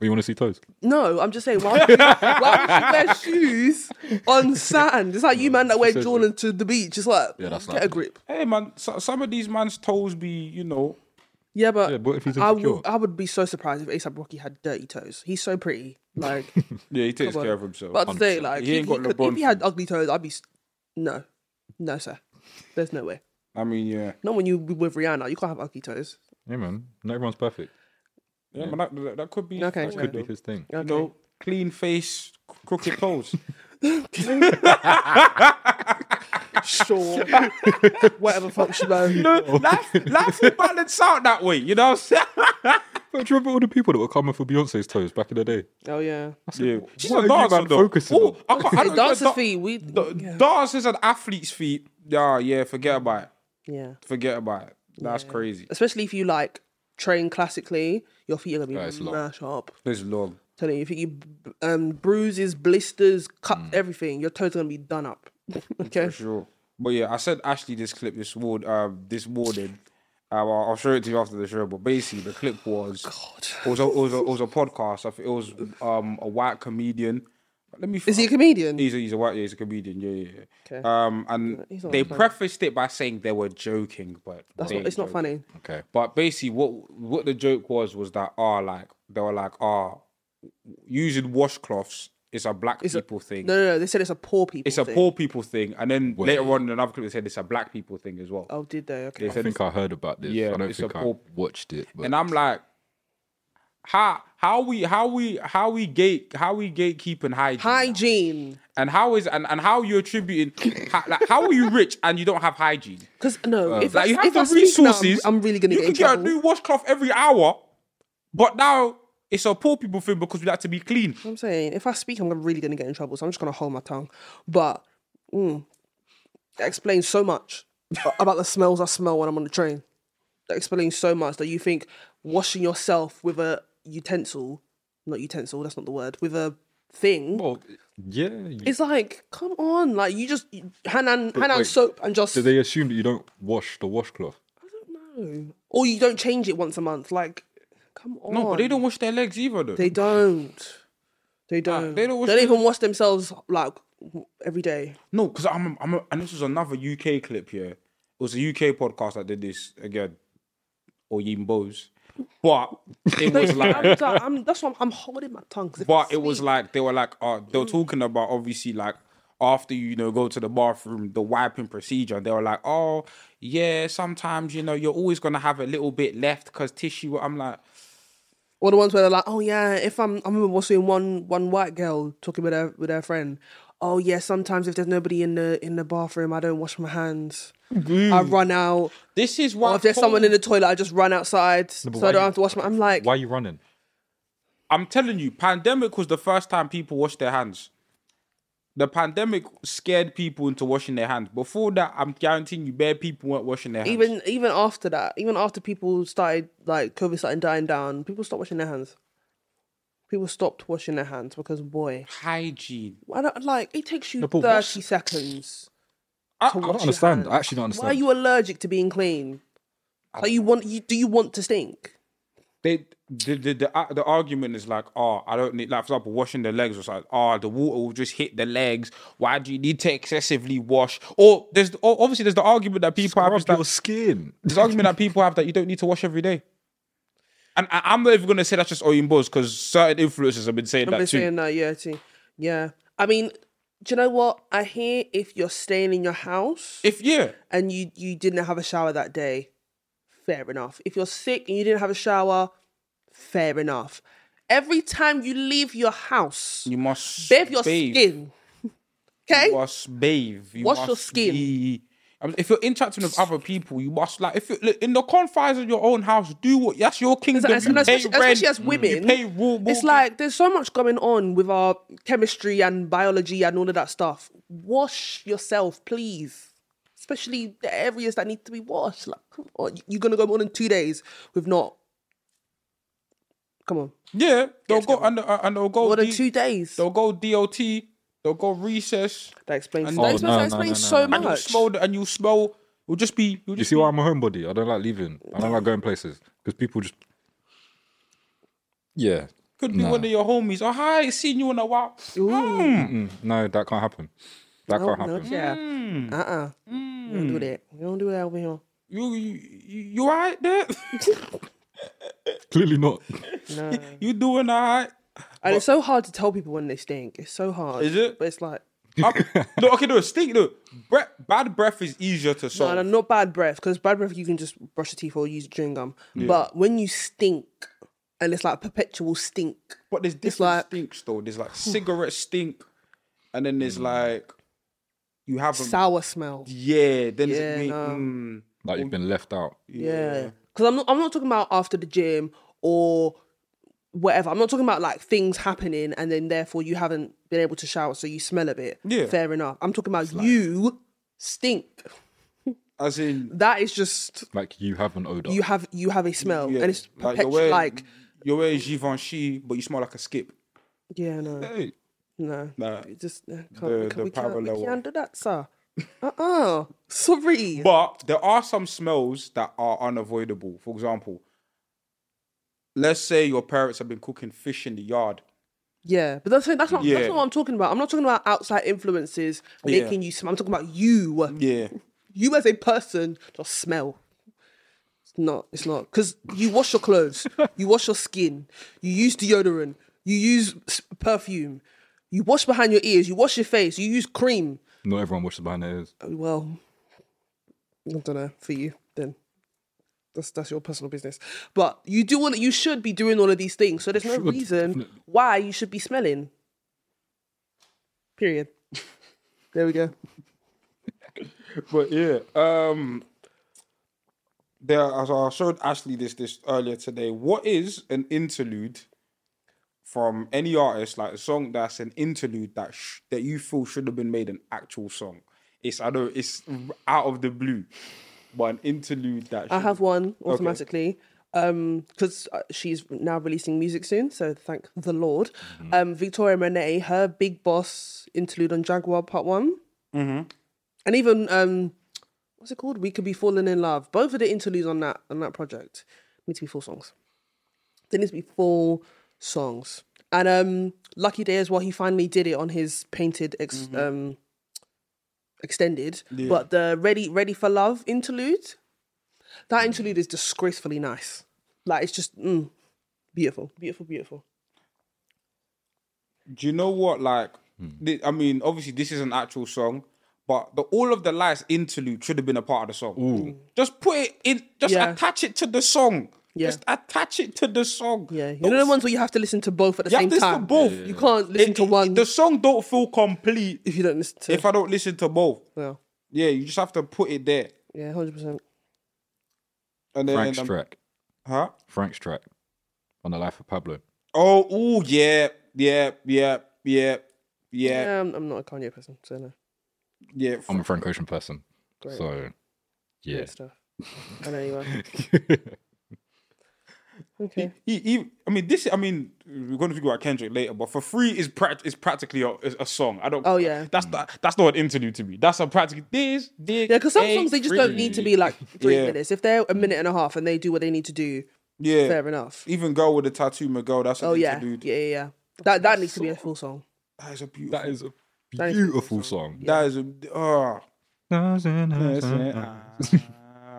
[SPEAKER 4] you want to see toes?
[SPEAKER 3] No, I'm just saying, why would, you, why would you wear shoes on sand? It's like you, man, that wear Jordan to the beach. It's like,
[SPEAKER 4] Yeah, that's
[SPEAKER 3] get
[SPEAKER 4] like-
[SPEAKER 3] a grip.
[SPEAKER 2] Hey, man. So, some of these man's toes be, you know.
[SPEAKER 3] Yeah, but,
[SPEAKER 4] Yeah, but if he's
[SPEAKER 3] I,
[SPEAKER 4] insecure.
[SPEAKER 3] would, I would be so surprised if ASAP Rocky had dirty toes. He's so pretty. Like,
[SPEAKER 2] Yeah, he takes
[SPEAKER 3] Come on.
[SPEAKER 2] care of himself.
[SPEAKER 3] but today, like,
[SPEAKER 2] He
[SPEAKER 3] if,
[SPEAKER 2] ain't
[SPEAKER 3] he
[SPEAKER 2] got
[SPEAKER 3] could-
[SPEAKER 2] LeBron
[SPEAKER 3] if he had ugly toes, I'd be, s- no, no, sir. There's no way.
[SPEAKER 2] I mean, yeah.
[SPEAKER 3] Not when you with Rihanna. You can't have ugly toes.
[SPEAKER 4] Yeah, man. Not everyone's perfect.
[SPEAKER 2] Yeah, man. That, that- that could be.
[SPEAKER 3] Okay,
[SPEAKER 2] that
[SPEAKER 3] fair
[SPEAKER 2] could
[SPEAKER 4] Do
[SPEAKER 2] be.
[SPEAKER 4] his thing.
[SPEAKER 2] You know, clean face, crooked toes.
[SPEAKER 3] Sure. Whatever fucks you, man.
[SPEAKER 2] life, life will balance out that way. You know what I'm
[SPEAKER 4] But do you remember all the people that were coming for Beyonce's toes back in the day?
[SPEAKER 3] Oh, yeah.
[SPEAKER 2] saying? Yeah. She's
[SPEAKER 4] What
[SPEAKER 2] a
[SPEAKER 4] are you,
[SPEAKER 2] dancer,
[SPEAKER 4] man,
[SPEAKER 2] though.
[SPEAKER 4] focusing
[SPEAKER 2] Ooh,
[SPEAKER 4] on?
[SPEAKER 2] I can't- I don't get
[SPEAKER 3] Dancer's
[SPEAKER 2] da-
[SPEAKER 3] feet. We,
[SPEAKER 2] da-
[SPEAKER 3] yeah.
[SPEAKER 2] Dancers and athletes' feet. Yeah, yeah. Forget about it.
[SPEAKER 3] yeah.
[SPEAKER 2] Forget about it. That's crazy.
[SPEAKER 3] especially if you like train classically, your feet are gonna be
[SPEAKER 4] it's long.
[SPEAKER 3] mash up.
[SPEAKER 2] It's long.
[SPEAKER 3] Telling you, if you b- um, bruises, blisters, cut
[SPEAKER 2] Hmm.
[SPEAKER 3] everything, your toes are gonna be done up. okay,
[SPEAKER 2] For sure. But yeah, I said Ashley this clip this ward um this morning. Um, I'll, I'll show it to you after the show. But basically, the clip was it was a, it was a, it was a podcast. I think it was um a white comedian. Let me.
[SPEAKER 3] is he a comedian?
[SPEAKER 2] He's a, he's a white. Yeah, he's a comedian. Yeah, yeah. yeah.
[SPEAKER 3] Okay.
[SPEAKER 2] Um, and
[SPEAKER 3] He's not
[SPEAKER 2] they
[SPEAKER 3] funny.
[SPEAKER 2] prefaced it by saying they were joking, but
[SPEAKER 3] That's
[SPEAKER 2] they
[SPEAKER 3] not, it's not
[SPEAKER 2] joking.
[SPEAKER 3] funny.
[SPEAKER 4] Okay.
[SPEAKER 2] But basically, what what the joke was was that ah, like they were like ah, using washcloths is a black people thing.
[SPEAKER 3] No, no, no. They said it's a poor people.
[SPEAKER 2] It's a
[SPEAKER 3] thing.
[SPEAKER 2] poor people thing, and then later on in another clip they said it's a black people thing as well.
[SPEAKER 3] Oh, did they? Okay.
[SPEAKER 2] They
[SPEAKER 4] I
[SPEAKER 2] said
[SPEAKER 4] think I heard about this.
[SPEAKER 2] Yeah,
[SPEAKER 4] I don't
[SPEAKER 2] it's a
[SPEAKER 4] think I
[SPEAKER 2] poor-
[SPEAKER 4] watched it. But
[SPEAKER 2] and I'm like, how how we how we how we gate how we gatekeeping hygiene,
[SPEAKER 3] Hygiene,
[SPEAKER 2] and how is and, and how you attributing how, like, how are you rich and you don't have hygiene?
[SPEAKER 3] because no, if
[SPEAKER 2] Uh, Like
[SPEAKER 3] I,
[SPEAKER 2] you have
[SPEAKER 3] if I
[SPEAKER 2] the
[SPEAKER 3] speak now, I'm-
[SPEAKER 2] resources.
[SPEAKER 3] I'm, really gonna
[SPEAKER 2] you
[SPEAKER 3] get
[SPEAKER 2] could
[SPEAKER 3] in
[SPEAKER 2] get a
[SPEAKER 3] trouble.
[SPEAKER 2] new washcloth every hour, but now it's a poor people thing because we like to be clean.
[SPEAKER 3] I'm saying if I speak, I'm really gonna get in trouble. So I'm just gonna hold my tongue. But mm, that explains so much about the smells I smell when I'm on the train. That explains so much that you think washing yourself with a utensil, not utensil, that's not the word, with a thing.
[SPEAKER 4] well, yeah. you-
[SPEAKER 3] it's like, come on, like you just hand on hand on
[SPEAKER 4] wait,
[SPEAKER 3] soap and just
[SPEAKER 4] Do they assume that you don't wash the washcloth?
[SPEAKER 3] no, or you don't change it once a month. Like, come on,
[SPEAKER 2] No, but they don't wash their legs either though.
[SPEAKER 3] They don't. They don't.
[SPEAKER 2] Ah, they don't wash
[SPEAKER 3] they don't
[SPEAKER 2] their-
[SPEAKER 3] even wash themselves like every day.
[SPEAKER 2] No, because I'm, I'm, and this was another UK clip here. It was a UK podcast that did this again, or Yimbos. But it was like
[SPEAKER 3] I'm, sorry, I'm, that's why I'm, I'm holding my tongue. 'cause if I
[SPEAKER 2] but it was
[SPEAKER 3] speak-
[SPEAKER 2] like they were like uh, they were talking about obviously like after you, you know go to the bathroom the wiping procedure and they were like oh yeah sometimes you know you're always gonna have a little bit left because tissue i'm like
[SPEAKER 3] Or the ones where they're like, oh yeah, if I'm, I remember watching one one white girl talking with her with her friend. Oh yeah, sometimes if there's nobody in the in the bathroom, I don't wash my hands. I run out.
[SPEAKER 2] this is why
[SPEAKER 3] Or if there's someone in the toilet, I just run outside, so
[SPEAKER 4] why
[SPEAKER 3] I don't
[SPEAKER 4] you-
[SPEAKER 3] have to wash my. I'm like,
[SPEAKER 4] Why are you running?
[SPEAKER 2] i'm telling you pandemic was the first time people washed their hands the pandemic scared people into washing their hands before that i'm guaranteeing you bare people weren't washing their hands
[SPEAKER 3] even even after that, even after people started like COVID started dying down, people stopped washing their hands. People stopped washing their hands because boy,
[SPEAKER 2] hygiene
[SPEAKER 3] I don't, like it takes you
[SPEAKER 4] No, but what's-
[SPEAKER 3] thirty seconds.
[SPEAKER 2] I- I
[SPEAKER 3] to
[SPEAKER 4] I
[SPEAKER 3] wash
[SPEAKER 4] don't
[SPEAKER 3] your
[SPEAKER 4] understand.
[SPEAKER 3] hands.
[SPEAKER 4] I actually don't understand.
[SPEAKER 3] Why are you allergic to being clean? Like you want you do you want to stink?
[SPEAKER 2] they the the, the uh, the argument is like, oh, I don't need like for example, washing the legs was like, oh, the water will just hit the legs. Why do you need to excessively wash? Or there's or obviously there's the argument that people have
[SPEAKER 4] Rub
[SPEAKER 2] is that,
[SPEAKER 4] your skin.
[SPEAKER 2] there's argument that people have that you don't need to wash every day. And I, I'm not even gonna say that's just Oyinbo's because certain influencers have been saying
[SPEAKER 3] I've
[SPEAKER 2] that
[SPEAKER 3] been
[SPEAKER 2] too.
[SPEAKER 3] saying that, yeah, too. Yeah. I mean, do you know what? I hear if you're staying in your house
[SPEAKER 2] If yeah,
[SPEAKER 3] and you you didn't have a shower that day, fair enough. If you're sick and you didn't have a shower, fair enough. Every time you leave your house,
[SPEAKER 2] you must
[SPEAKER 3] bathe your
[SPEAKER 2] bathe.
[SPEAKER 3] skin. okay?
[SPEAKER 2] You must bathe. You
[SPEAKER 3] Wash your
[SPEAKER 2] must
[SPEAKER 3] skin.
[SPEAKER 2] be- I mean, if you're interacting with other people, you must like if you look, in the confines of your own house, do what that's your kingdom.
[SPEAKER 3] As-
[SPEAKER 2] you
[SPEAKER 3] and
[SPEAKER 2] pay
[SPEAKER 3] especially,
[SPEAKER 2] rent, Mm.
[SPEAKER 3] especially as
[SPEAKER 2] you
[SPEAKER 3] women,
[SPEAKER 2] pay raw
[SPEAKER 3] it's
[SPEAKER 2] mortgage.
[SPEAKER 3] like there's so much going on with our chemistry and biology and all of that stuff. Wash yourself, please. Especially the areas that need to be washed. Like, come on, you're gonna go more than two days with not. Come on,
[SPEAKER 2] yeah, they'll go and, uh, and they'll go.
[SPEAKER 3] more than
[SPEAKER 2] D-
[SPEAKER 3] two days.
[SPEAKER 2] They'll go DOT. They'll go recess.
[SPEAKER 3] That explains.
[SPEAKER 2] and-
[SPEAKER 3] that
[SPEAKER 2] Oh,
[SPEAKER 3] explains,
[SPEAKER 4] no,
[SPEAKER 3] that
[SPEAKER 4] no,
[SPEAKER 3] explains
[SPEAKER 4] no,
[SPEAKER 3] so
[SPEAKER 4] no,
[SPEAKER 2] And you
[SPEAKER 3] much.
[SPEAKER 2] smell. the- And you smell. You'll just be. You'll
[SPEAKER 4] You
[SPEAKER 2] just
[SPEAKER 4] see
[SPEAKER 2] be,
[SPEAKER 4] why I'm a homebody? I don't like leaving. I don't like going places because people just. Yeah.
[SPEAKER 2] could be
[SPEAKER 4] Nah.
[SPEAKER 2] one of your homies. Oh hi, ain't seen you in a while.
[SPEAKER 4] Mm-mm. No, that can't happen. That
[SPEAKER 3] No,
[SPEAKER 4] can't
[SPEAKER 3] Oh, no,
[SPEAKER 4] happen.
[SPEAKER 3] yeah. Uh uh We don't do that. We don't do that over here.
[SPEAKER 2] You you you, you alright there?
[SPEAKER 4] Clearly not.
[SPEAKER 3] No.
[SPEAKER 2] you doing alright?
[SPEAKER 3] And it's so hard to tell people when they stink. It's so hard.
[SPEAKER 2] Is it?
[SPEAKER 3] But it's like.
[SPEAKER 2] I'm- no, okay, no, stink. No, breath, bad breath is easier to solve.
[SPEAKER 3] No, no, not bad breath. Because bad breath, you can just brush your teeth or use chewing gum. But when you stink, and it's like perpetual stink.
[SPEAKER 2] But there's different
[SPEAKER 3] like-
[SPEAKER 2] stinks though. There's like cigarette stink, and then
[SPEAKER 3] Hmm.
[SPEAKER 2] there's like you haven't.
[SPEAKER 3] Sour smell.
[SPEAKER 2] yeah, then it's
[SPEAKER 3] Yeah,
[SPEAKER 2] me-
[SPEAKER 3] no.
[SPEAKER 2] mm,
[SPEAKER 4] Like you've been left out.
[SPEAKER 3] Yeah. Because I'm not. I'm not talking about after the gym or whatever. I'm not talking about like things happening and then therefore you haven't been able to shower, so you smell a bit.
[SPEAKER 2] Yeah.
[SPEAKER 3] Fair enough. I'm talking about you stink.
[SPEAKER 2] as in
[SPEAKER 3] That is just
[SPEAKER 4] Like you have an odor.
[SPEAKER 3] you have you have a smell
[SPEAKER 2] yeah,
[SPEAKER 3] and it's
[SPEAKER 2] you're
[SPEAKER 3] perpetual.
[SPEAKER 2] wearing,
[SPEAKER 3] like
[SPEAKER 2] you're wearing Givenchy, but you smell like a skip.
[SPEAKER 3] yeah, no.
[SPEAKER 2] Hey,
[SPEAKER 3] No.
[SPEAKER 2] Nah.
[SPEAKER 3] It just uh, can't,
[SPEAKER 2] The- the
[SPEAKER 3] we, can, we, can't, we
[SPEAKER 2] parallel one.
[SPEAKER 3] can't do that, sir. Uh uh Sorry.
[SPEAKER 2] But there are some smells that are unavoidable. For example, let's say your parents have been cooking fish in the yard.
[SPEAKER 3] yeah, but that's that's not
[SPEAKER 2] Yeah.
[SPEAKER 3] that's not what I'm talking about. I'm not talking about outside influences
[SPEAKER 2] Yeah.
[SPEAKER 3] making you smell. I'm talking about you,
[SPEAKER 2] Yeah,
[SPEAKER 3] you as a person, just smell. It's not. It's not because you wash your clothes, you wash your skin, you use deodorant, you use s- perfume, you wash behind your ears, you wash your face, you use cream.
[SPEAKER 4] Not everyone washes behind their ears.
[SPEAKER 3] um, well, I don't know for you then. That's that's your personal business. But you do all you should be doing all of these things. So there's no
[SPEAKER 4] Should,
[SPEAKER 3] reason
[SPEAKER 4] definitely.
[SPEAKER 3] why you should be smelling. Period. there we go.
[SPEAKER 2] but yeah, um, there. As I showed Ashley this this earlier today, what is an interlude from any artist? Like a song that's an interlude that sh- that you feel should have been made an actual song. It's I know it's out of the blue, but an interlude that
[SPEAKER 3] I
[SPEAKER 2] should-
[SPEAKER 3] have one automatically. Um, because she's now releasing music soon, so thank the Lord. Um, Victoria Monet, her Big Boss interlude on Jaguar Part One, mm-hmm. and even um, what's it called? We could be falling in love. Both of the interludes on that on that project need to be full songs. They need to be full songs. And um, Lucky Day as well. He finally did it on his painted ex- um, extended, but the Ready Ready for Love interlude, that interlude is disgracefully nice. Like it's just mm, beautiful, beautiful, beautiful.
[SPEAKER 2] Do you know what? Like, thi- I mean, obviously this is an actual song, but the All of the Lights interlude should have been a part of the song. Just put it in. Just
[SPEAKER 3] Yeah.
[SPEAKER 2] attach it to the song.
[SPEAKER 3] Yeah.
[SPEAKER 2] Just attach it to the song.
[SPEAKER 3] Yeah, you know the ones where you have to listen to both at the
[SPEAKER 2] You have
[SPEAKER 3] same
[SPEAKER 2] to listen to
[SPEAKER 3] time.
[SPEAKER 2] both.
[SPEAKER 3] You can't listen to one
[SPEAKER 2] The song don't feel complete
[SPEAKER 3] if you don't listen to.
[SPEAKER 2] if I don't listen to both.
[SPEAKER 3] yeah,
[SPEAKER 2] Yeah, you just have to put it there.
[SPEAKER 3] yeah, hundred percent.
[SPEAKER 2] And then,
[SPEAKER 4] Frank's
[SPEAKER 2] um,
[SPEAKER 4] track.
[SPEAKER 2] huh?
[SPEAKER 4] Frank's track on the life of Pablo.
[SPEAKER 2] Oh, oh, yeah, yeah, yeah, yeah, yeah,
[SPEAKER 3] Yeah, I'm, I'm not a Kanye person, so no.
[SPEAKER 2] yeah.
[SPEAKER 4] I'm a Frank Ocean person,
[SPEAKER 3] Great,
[SPEAKER 4] so
[SPEAKER 3] great
[SPEAKER 4] yeah.
[SPEAKER 3] stuff. I know you are. Okay.
[SPEAKER 2] He, he, I mean, this. I mean, we're going to figure out Kendrick later, but for free is prac is practically a, is a song. I don't.
[SPEAKER 3] Oh, yeah.
[SPEAKER 2] That's not, that's not an interlude to me. That's a practical. This, this.
[SPEAKER 3] Yeah, because some songs they just don't need to be like three
[SPEAKER 2] Yeah.
[SPEAKER 3] minutes. If they're a minute and a half and they do what they need to do,
[SPEAKER 2] Yeah.
[SPEAKER 3] fair enough.
[SPEAKER 2] Even girl with a tattoo, Miguel. That's an
[SPEAKER 3] Oh yeah, yeah,
[SPEAKER 2] interlude.
[SPEAKER 3] yeah, yeah. That that needs to be a full song.
[SPEAKER 2] That is a beautiful.
[SPEAKER 4] that is a
[SPEAKER 3] That is a
[SPEAKER 4] beautiful song.
[SPEAKER 2] That is a. Oh,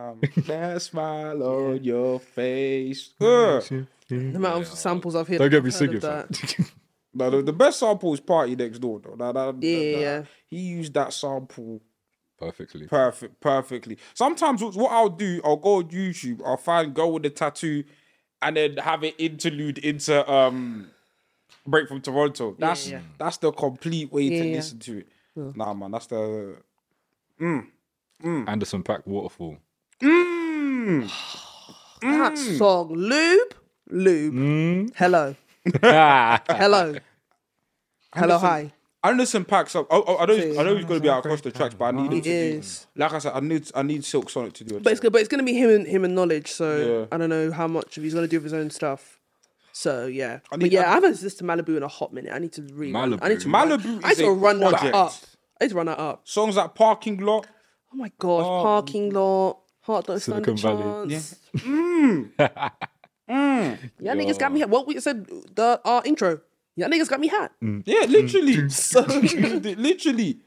[SPEAKER 2] um, that smile on your face. Ugh.
[SPEAKER 3] The amount of samples I've heard.
[SPEAKER 4] Don't get me
[SPEAKER 3] I've heard
[SPEAKER 4] singing.
[SPEAKER 3] of that.
[SPEAKER 4] fam.
[SPEAKER 2] No, the, the best sample is Party Next Door, though. That, that,
[SPEAKER 3] Yeah,
[SPEAKER 2] that-
[SPEAKER 3] yeah.
[SPEAKER 2] He used that sample
[SPEAKER 4] Perfectly.
[SPEAKER 2] perfect, perfectly. Sometimes what what I'll do, I'll go on YouTube, I'll find Girl with the Tattoo, and then have it interlude into um Break from Toronto. That's
[SPEAKER 3] yeah.
[SPEAKER 2] that's the complete way
[SPEAKER 3] Yeah,
[SPEAKER 2] to
[SPEAKER 3] yeah.
[SPEAKER 2] listen to it. Nah, man, that's the.
[SPEAKER 3] Hmm.
[SPEAKER 4] Anderson Pack Waterfall.
[SPEAKER 2] Mm.
[SPEAKER 3] That song, lube, lube. Hello, hello, hello, hi.
[SPEAKER 2] Anderson packs up. Oh, I, I, I know he's, I know he's going to be out across the tracks, but I need him
[SPEAKER 3] It
[SPEAKER 2] to
[SPEAKER 3] is.
[SPEAKER 2] do. Like I said, I need I need Silk Sonic to do it.
[SPEAKER 3] But it's good. But it's gonna be him and him and knowledge. So
[SPEAKER 2] Yeah.
[SPEAKER 3] I don't know how much of he's gonna do of his own stuff. So yeah,
[SPEAKER 2] need-
[SPEAKER 3] but yeah,
[SPEAKER 2] I-
[SPEAKER 3] I, haven't listened to Malibu in a hot minute. I need to read. I need to
[SPEAKER 2] Malibu.
[SPEAKER 3] Run,
[SPEAKER 2] is
[SPEAKER 3] I need to
[SPEAKER 2] a
[SPEAKER 3] run that
[SPEAKER 2] project.
[SPEAKER 3] up. I need to run that up.
[SPEAKER 2] Songs like Parking Lot.
[SPEAKER 3] Oh my gosh, parking lot. Heart don't stand a
[SPEAKER 4] Silicon Valley.
[SPEAKER 3] chance. Yeah.
[SPEAKER 2] Mm.
[SPEAKER 3] Yeah, niggas got me hat. What we said the uh, intro. Yeah, niggas got me hat.
[SPEAKER 2] Yeah, literally. literally.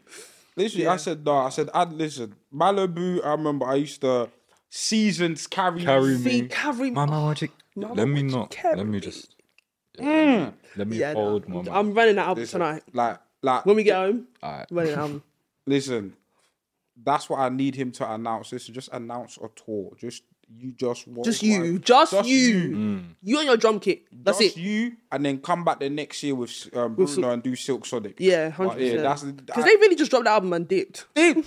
[SPEAKER 2] Literally, I said no. I said, I listen, Malibu. I remember I used to seasons carry.
[SPEAKER 4] Carry
[SPEAKER 3] See,
[SPEAKER 4] me.
[SPEAKER 3] carry
[SPEAKER 4] Mama, want you- Let me
[SPEAKER 3] want you
[SPEAKER 4] not.
[SPEAKER 3] carry
[SPEAKER 4] Let me
[SPEAKER 3] me. Hmm.
[SPEAKER 4] just. Let me
[SPEAKER 3] Yeah, no,
[SPEAKER 4] hold my mouth.
[SPEAKER 3] I'm running that album tonight.
[SPEAKER 2] Like, like.
[SPEAKER 3] When we get home,
[SPEAKER 4] Alright.
[SPEAKER 3] running that album.
[SPEAKER 2] listen, that's what I need him to announce. Listen, just announce a tour. Just you, just one.
[SPEAKER 3] Just
[SPEAKER 2] one-
[SPEAKER 3] you, just,
[SPEAKER 2] Just
[SPEAKER 3] you, you.
[SPEAKER 4] Mm.
[SPEAKER 3] and your drum kit. That's
[SPEAKER 2] just
[SPEAKER 3] it.
[SPEAKER 2] you, and then come back the next year with um, Bruno
[SPEAKER 3] Sil-
[SPEAKER 2] and do Silk Sonic.
[SPEAKER 3] Yeah,
[SPEAKER 2] But
[SPEAKER 3] hundred
[SPEAKER 2] yeah, that's
[SPEAKER 3] percent. Because
[SPEAKER 2] I-
[SPEAKER 3] they really just dropped the album and dipped.
[SPEAKER 2] they-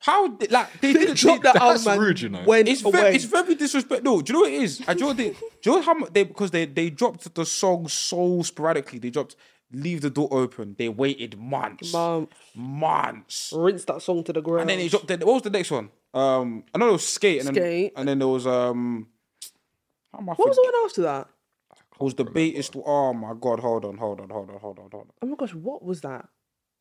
[SPEAKER 2] how did like they didn't
[SPEAKER 3] dropped
[SPEAKER 2] they-
[SPEAKER 3] the
[SPEAKER 4] that's
[SPEAKER 3] album and
[SPEAKER 4] rude, you know.
[SPEAKER 3] went
[SPEAKER 2] It's
[SPEAKER 3] away.
[SPEAKER 2] very, it's very disrespectful. No, do you know what it is? I do you know what they, do you know how much they because they they dropped the song so sporadically. They dropped "Leave the Door Open." They waited months,
[SPEAKER 3] Mom,
[SPEAKER 2] months,
[SPEAKER 3] rinse that song to the ground.
[SPEAKER 2] and then they dropped. The, what was the next one? Um, I know it was skate, and
[SPEAKER 3] Skate.
[SPEAKER 2] then and then there was um. How am I
[SPEAKER 3] what was
[SPEAKER 2] forget-
[SPEAKER 3] the one after that?
[SPEAKER 2] it was the biggest? Oh my god! Hold on! Hold on! Hold on! Hold on! Hold on!
[SPEAKER 3] Oh my gosh, what was that?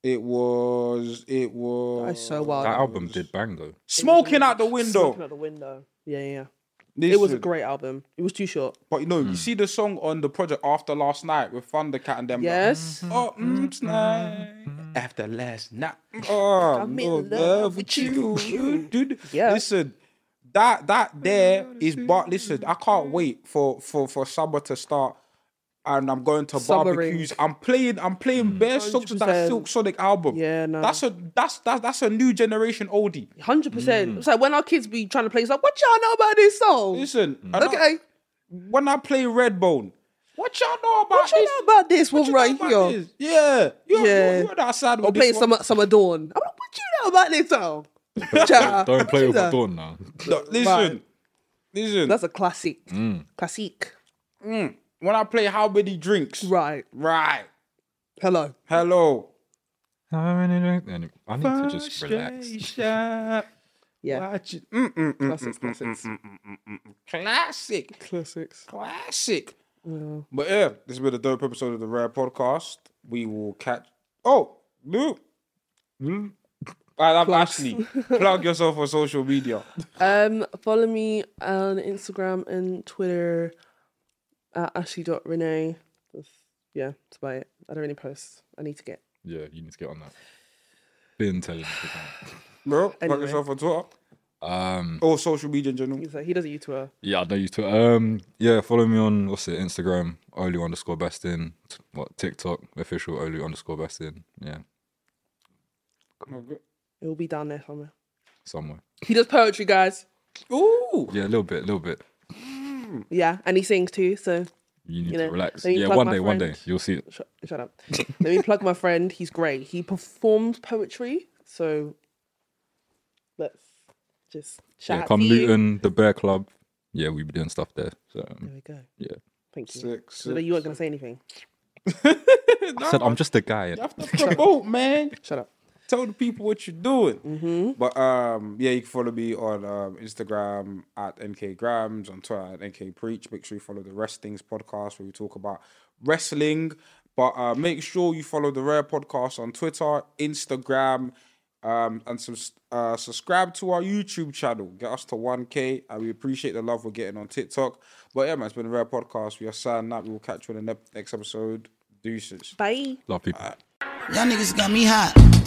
[SPEAKER 2] It was. It was.
[SPEAKER 3] That's so wild.
[SPEAKER 4] That album did bang though.
[SPEAKER 2] Smoking out the
[SPEAKER 3] Smoking
[SPEAKER 2] window.
[SPEAKER 3] out the window. Yeah, yeah. yeah.
[SPEAKER 2] Listen, Mm-hmm.
[SPEAKER 3] It was a great album. It was too short.
[SPEAKER 2] But you know, you see the song on the project after last night with Thundercat and them. like,
[SPEAKER 3] Yes.
[SPEAKER 2] Oh, mm, tonight. After last night.
[SPEAKER 3] Mm-hmm.
[SPEAKER 2] Oh, I'm in love, with you. dude.
[SPEAKER 3] Yeah.
[SPEAKER 2] Listen, that that there is but listen, I can't wait for for for summer to start. And I'm going to
[SPEAKER 3] Summering. Mm-hmm.
[SPEAKER 2] barbecues. I'm playing. I'm playing bare songs from that
[SPEAKER 3] 100%.
[SPEAKER 2] Silk Sonic album.
[SPEAKER 3] Yeah, no.
[SPEAKER 2] That's a that's that's that's a new generation oldie.
[SPEAKER 3] Hundred
[SPEAKER 4] Mm.
[SPEAKER 3] percent. It's like when our kids be trying to play, it's like, what y'all know about this song?
[SPEAKER 2] Listen, I don't-
[SPEAKER 3] okay,
[SPEAKER 2] when I play Redbone, what y'all know about
[SPEAKER 3] what y'all
[SPEAKER 2] this?
[SPEAKER 3] know about this
[SPEAKER 2] What
[SPEAKER 3] one
[SPEAKER 2] you
[SPEAKER 3] right
[SPEAKER 2] know about
[SPEAKER 3] here?
[SPEAKER 2] this? Yeah, you're,
[SPEAKER 3] Yeah.
[SPEAKER 2] you're, you're outside with
[SPEAKER 3] Or playing
[SPEAKER 2] this
[SPEAKER 3] some
[SPEAKER 2] one.
[SPEAKER 3] summer dawn. I'm like, what you know about this song? Child,
[SPEAKER 4] Don't
[SPEAKER 3] what
[SPEAKER 4] play
[SPEAKER 3] you
[SPEAKER 4] with
[SPEAKER 3] know?
[SPEAKER 4] Dawn now.
[SPEAKER 2] No, listen,
[SPEAKER 3] Right.
[SPEAKER 2] listen.
[SPEAKER 3] That's a classic.
[SPEAKER 4] Mm.
[SPEAKER 3] Classic.
[SPEAKER 2] when I play how many drinks, right?
[SPEAKER 3] Right. Hello.
[SPEAKER 2] Hello.
[SPEAKER 4] I need to just relax.
[SPEAKER 2] Frustration,
[SPEAKER 3] Yeah.
[SPEAKER 2] watch it. Mm, mm, mm.
[SPEAKER 3] Classics. Classics.
[SPEAKER 2] Classic,
[SPEAKER 3] Classics.
[SPEAKER 2] classic. But yeah, this has been a dope episode of the Rare Podcast. We will catch. Oh, Luke. Right, I'm Ashley. Plug yourself on social media.
[SPEAKER 3] Um, follow me on Instagram and Twitter at ashley.renee. Yeah, that's about it. I don't really post. I need to get
[SPEAKER 4] Yeah, you need to get on that. Been telling you about.
[SPEAKER 2] Bro, anyway.
[SPEAKER 3] Anyway.
[SPEAKER 2] back yourself on Twitter
[SPEAKER 4] Um,
[SPEAKER 2] or social media in general.
[SPEAKER 3] He's like, he doesn't use Twitter.
[SPEAKER 4] yeah, I know you too. Um, yeah, follow me on what's it? Instagram, Olu underscore bestin. T- What TikTok official Olu underscore bestin. Yeah,
[SPEAKER 3] It will be down there somewhere.
[SPEAKER 4] somewhere.
[SPEAKER 3] He does poetry, guys.
[SPEAKER 2] Ooh,
[SPEAKER 4] Yeah, a little bit, a little bit.
[SPEAKER 3] Yeah, and he sings too. So
[SPEAKER 4] You need
[SPEAKER 3] You
[SPEAKER 4] to
[SPEAKER 3] know,
[SPEAKER 4] relax.
[SPEAKER 3] let me
[SPEAKER 4] Yeah,
[SPEAKER 3] plug
[SPEAKER 4] one
[SPEAKER 3] my
[SPEAKER 4] day, one day
[SPEAKER 3] friend.
[SPEAKER 4] you'll see it.
[SPEAKER 3] shut, shut up. Let me plug my friend. He's great. He performs poetry. So let's just shout
[SPEAKER 4] yeah,
[SPEAKER 3] out
[SPEAKER 4] come
[SPEAKER 3] to you.
[SPEAKER 4] Luton, the Bear Club. Yeah, we be doing stuff there. So um,
[SPEAKER 3] There we go.
[SPEAKER 4] Yeah.
[SPEAKER 3] Thank you.
[SPEAKER 2] sick,
[SPEAKER 3] So
[SPEAKER 2] sick.
[SPEAKER 3] you weren't gonna say anything.
[SPEAKER 4] I said I'm just a guy.
[SPEAKER 2] You have to promote, man.
[SPEAKER 3] Shut up.
[SPEAKER 2] Tell the people what you're doing. But um, yeah, you can follow me on um, Instagram at nkgrams, on Twitter at nkpreach. Make sure you follow the Rest Things podcast where we talk about wrestling. But uh, make sure you follow the Rare podcast on Twitter, Instagram, um, and subs uh, subscribe to our YouTube channel. Get us to 1K, and we appreciate the love we're getting on TikTok. But yeah, man, it's been a Rare podcast. We are signing out. We will catch you in the ne- next episode. Deuces.
[SPEAKER 3] Bye.
[SPEAKER 4] Love people.
[SPEAKER 1] Y'all niggas got me hot.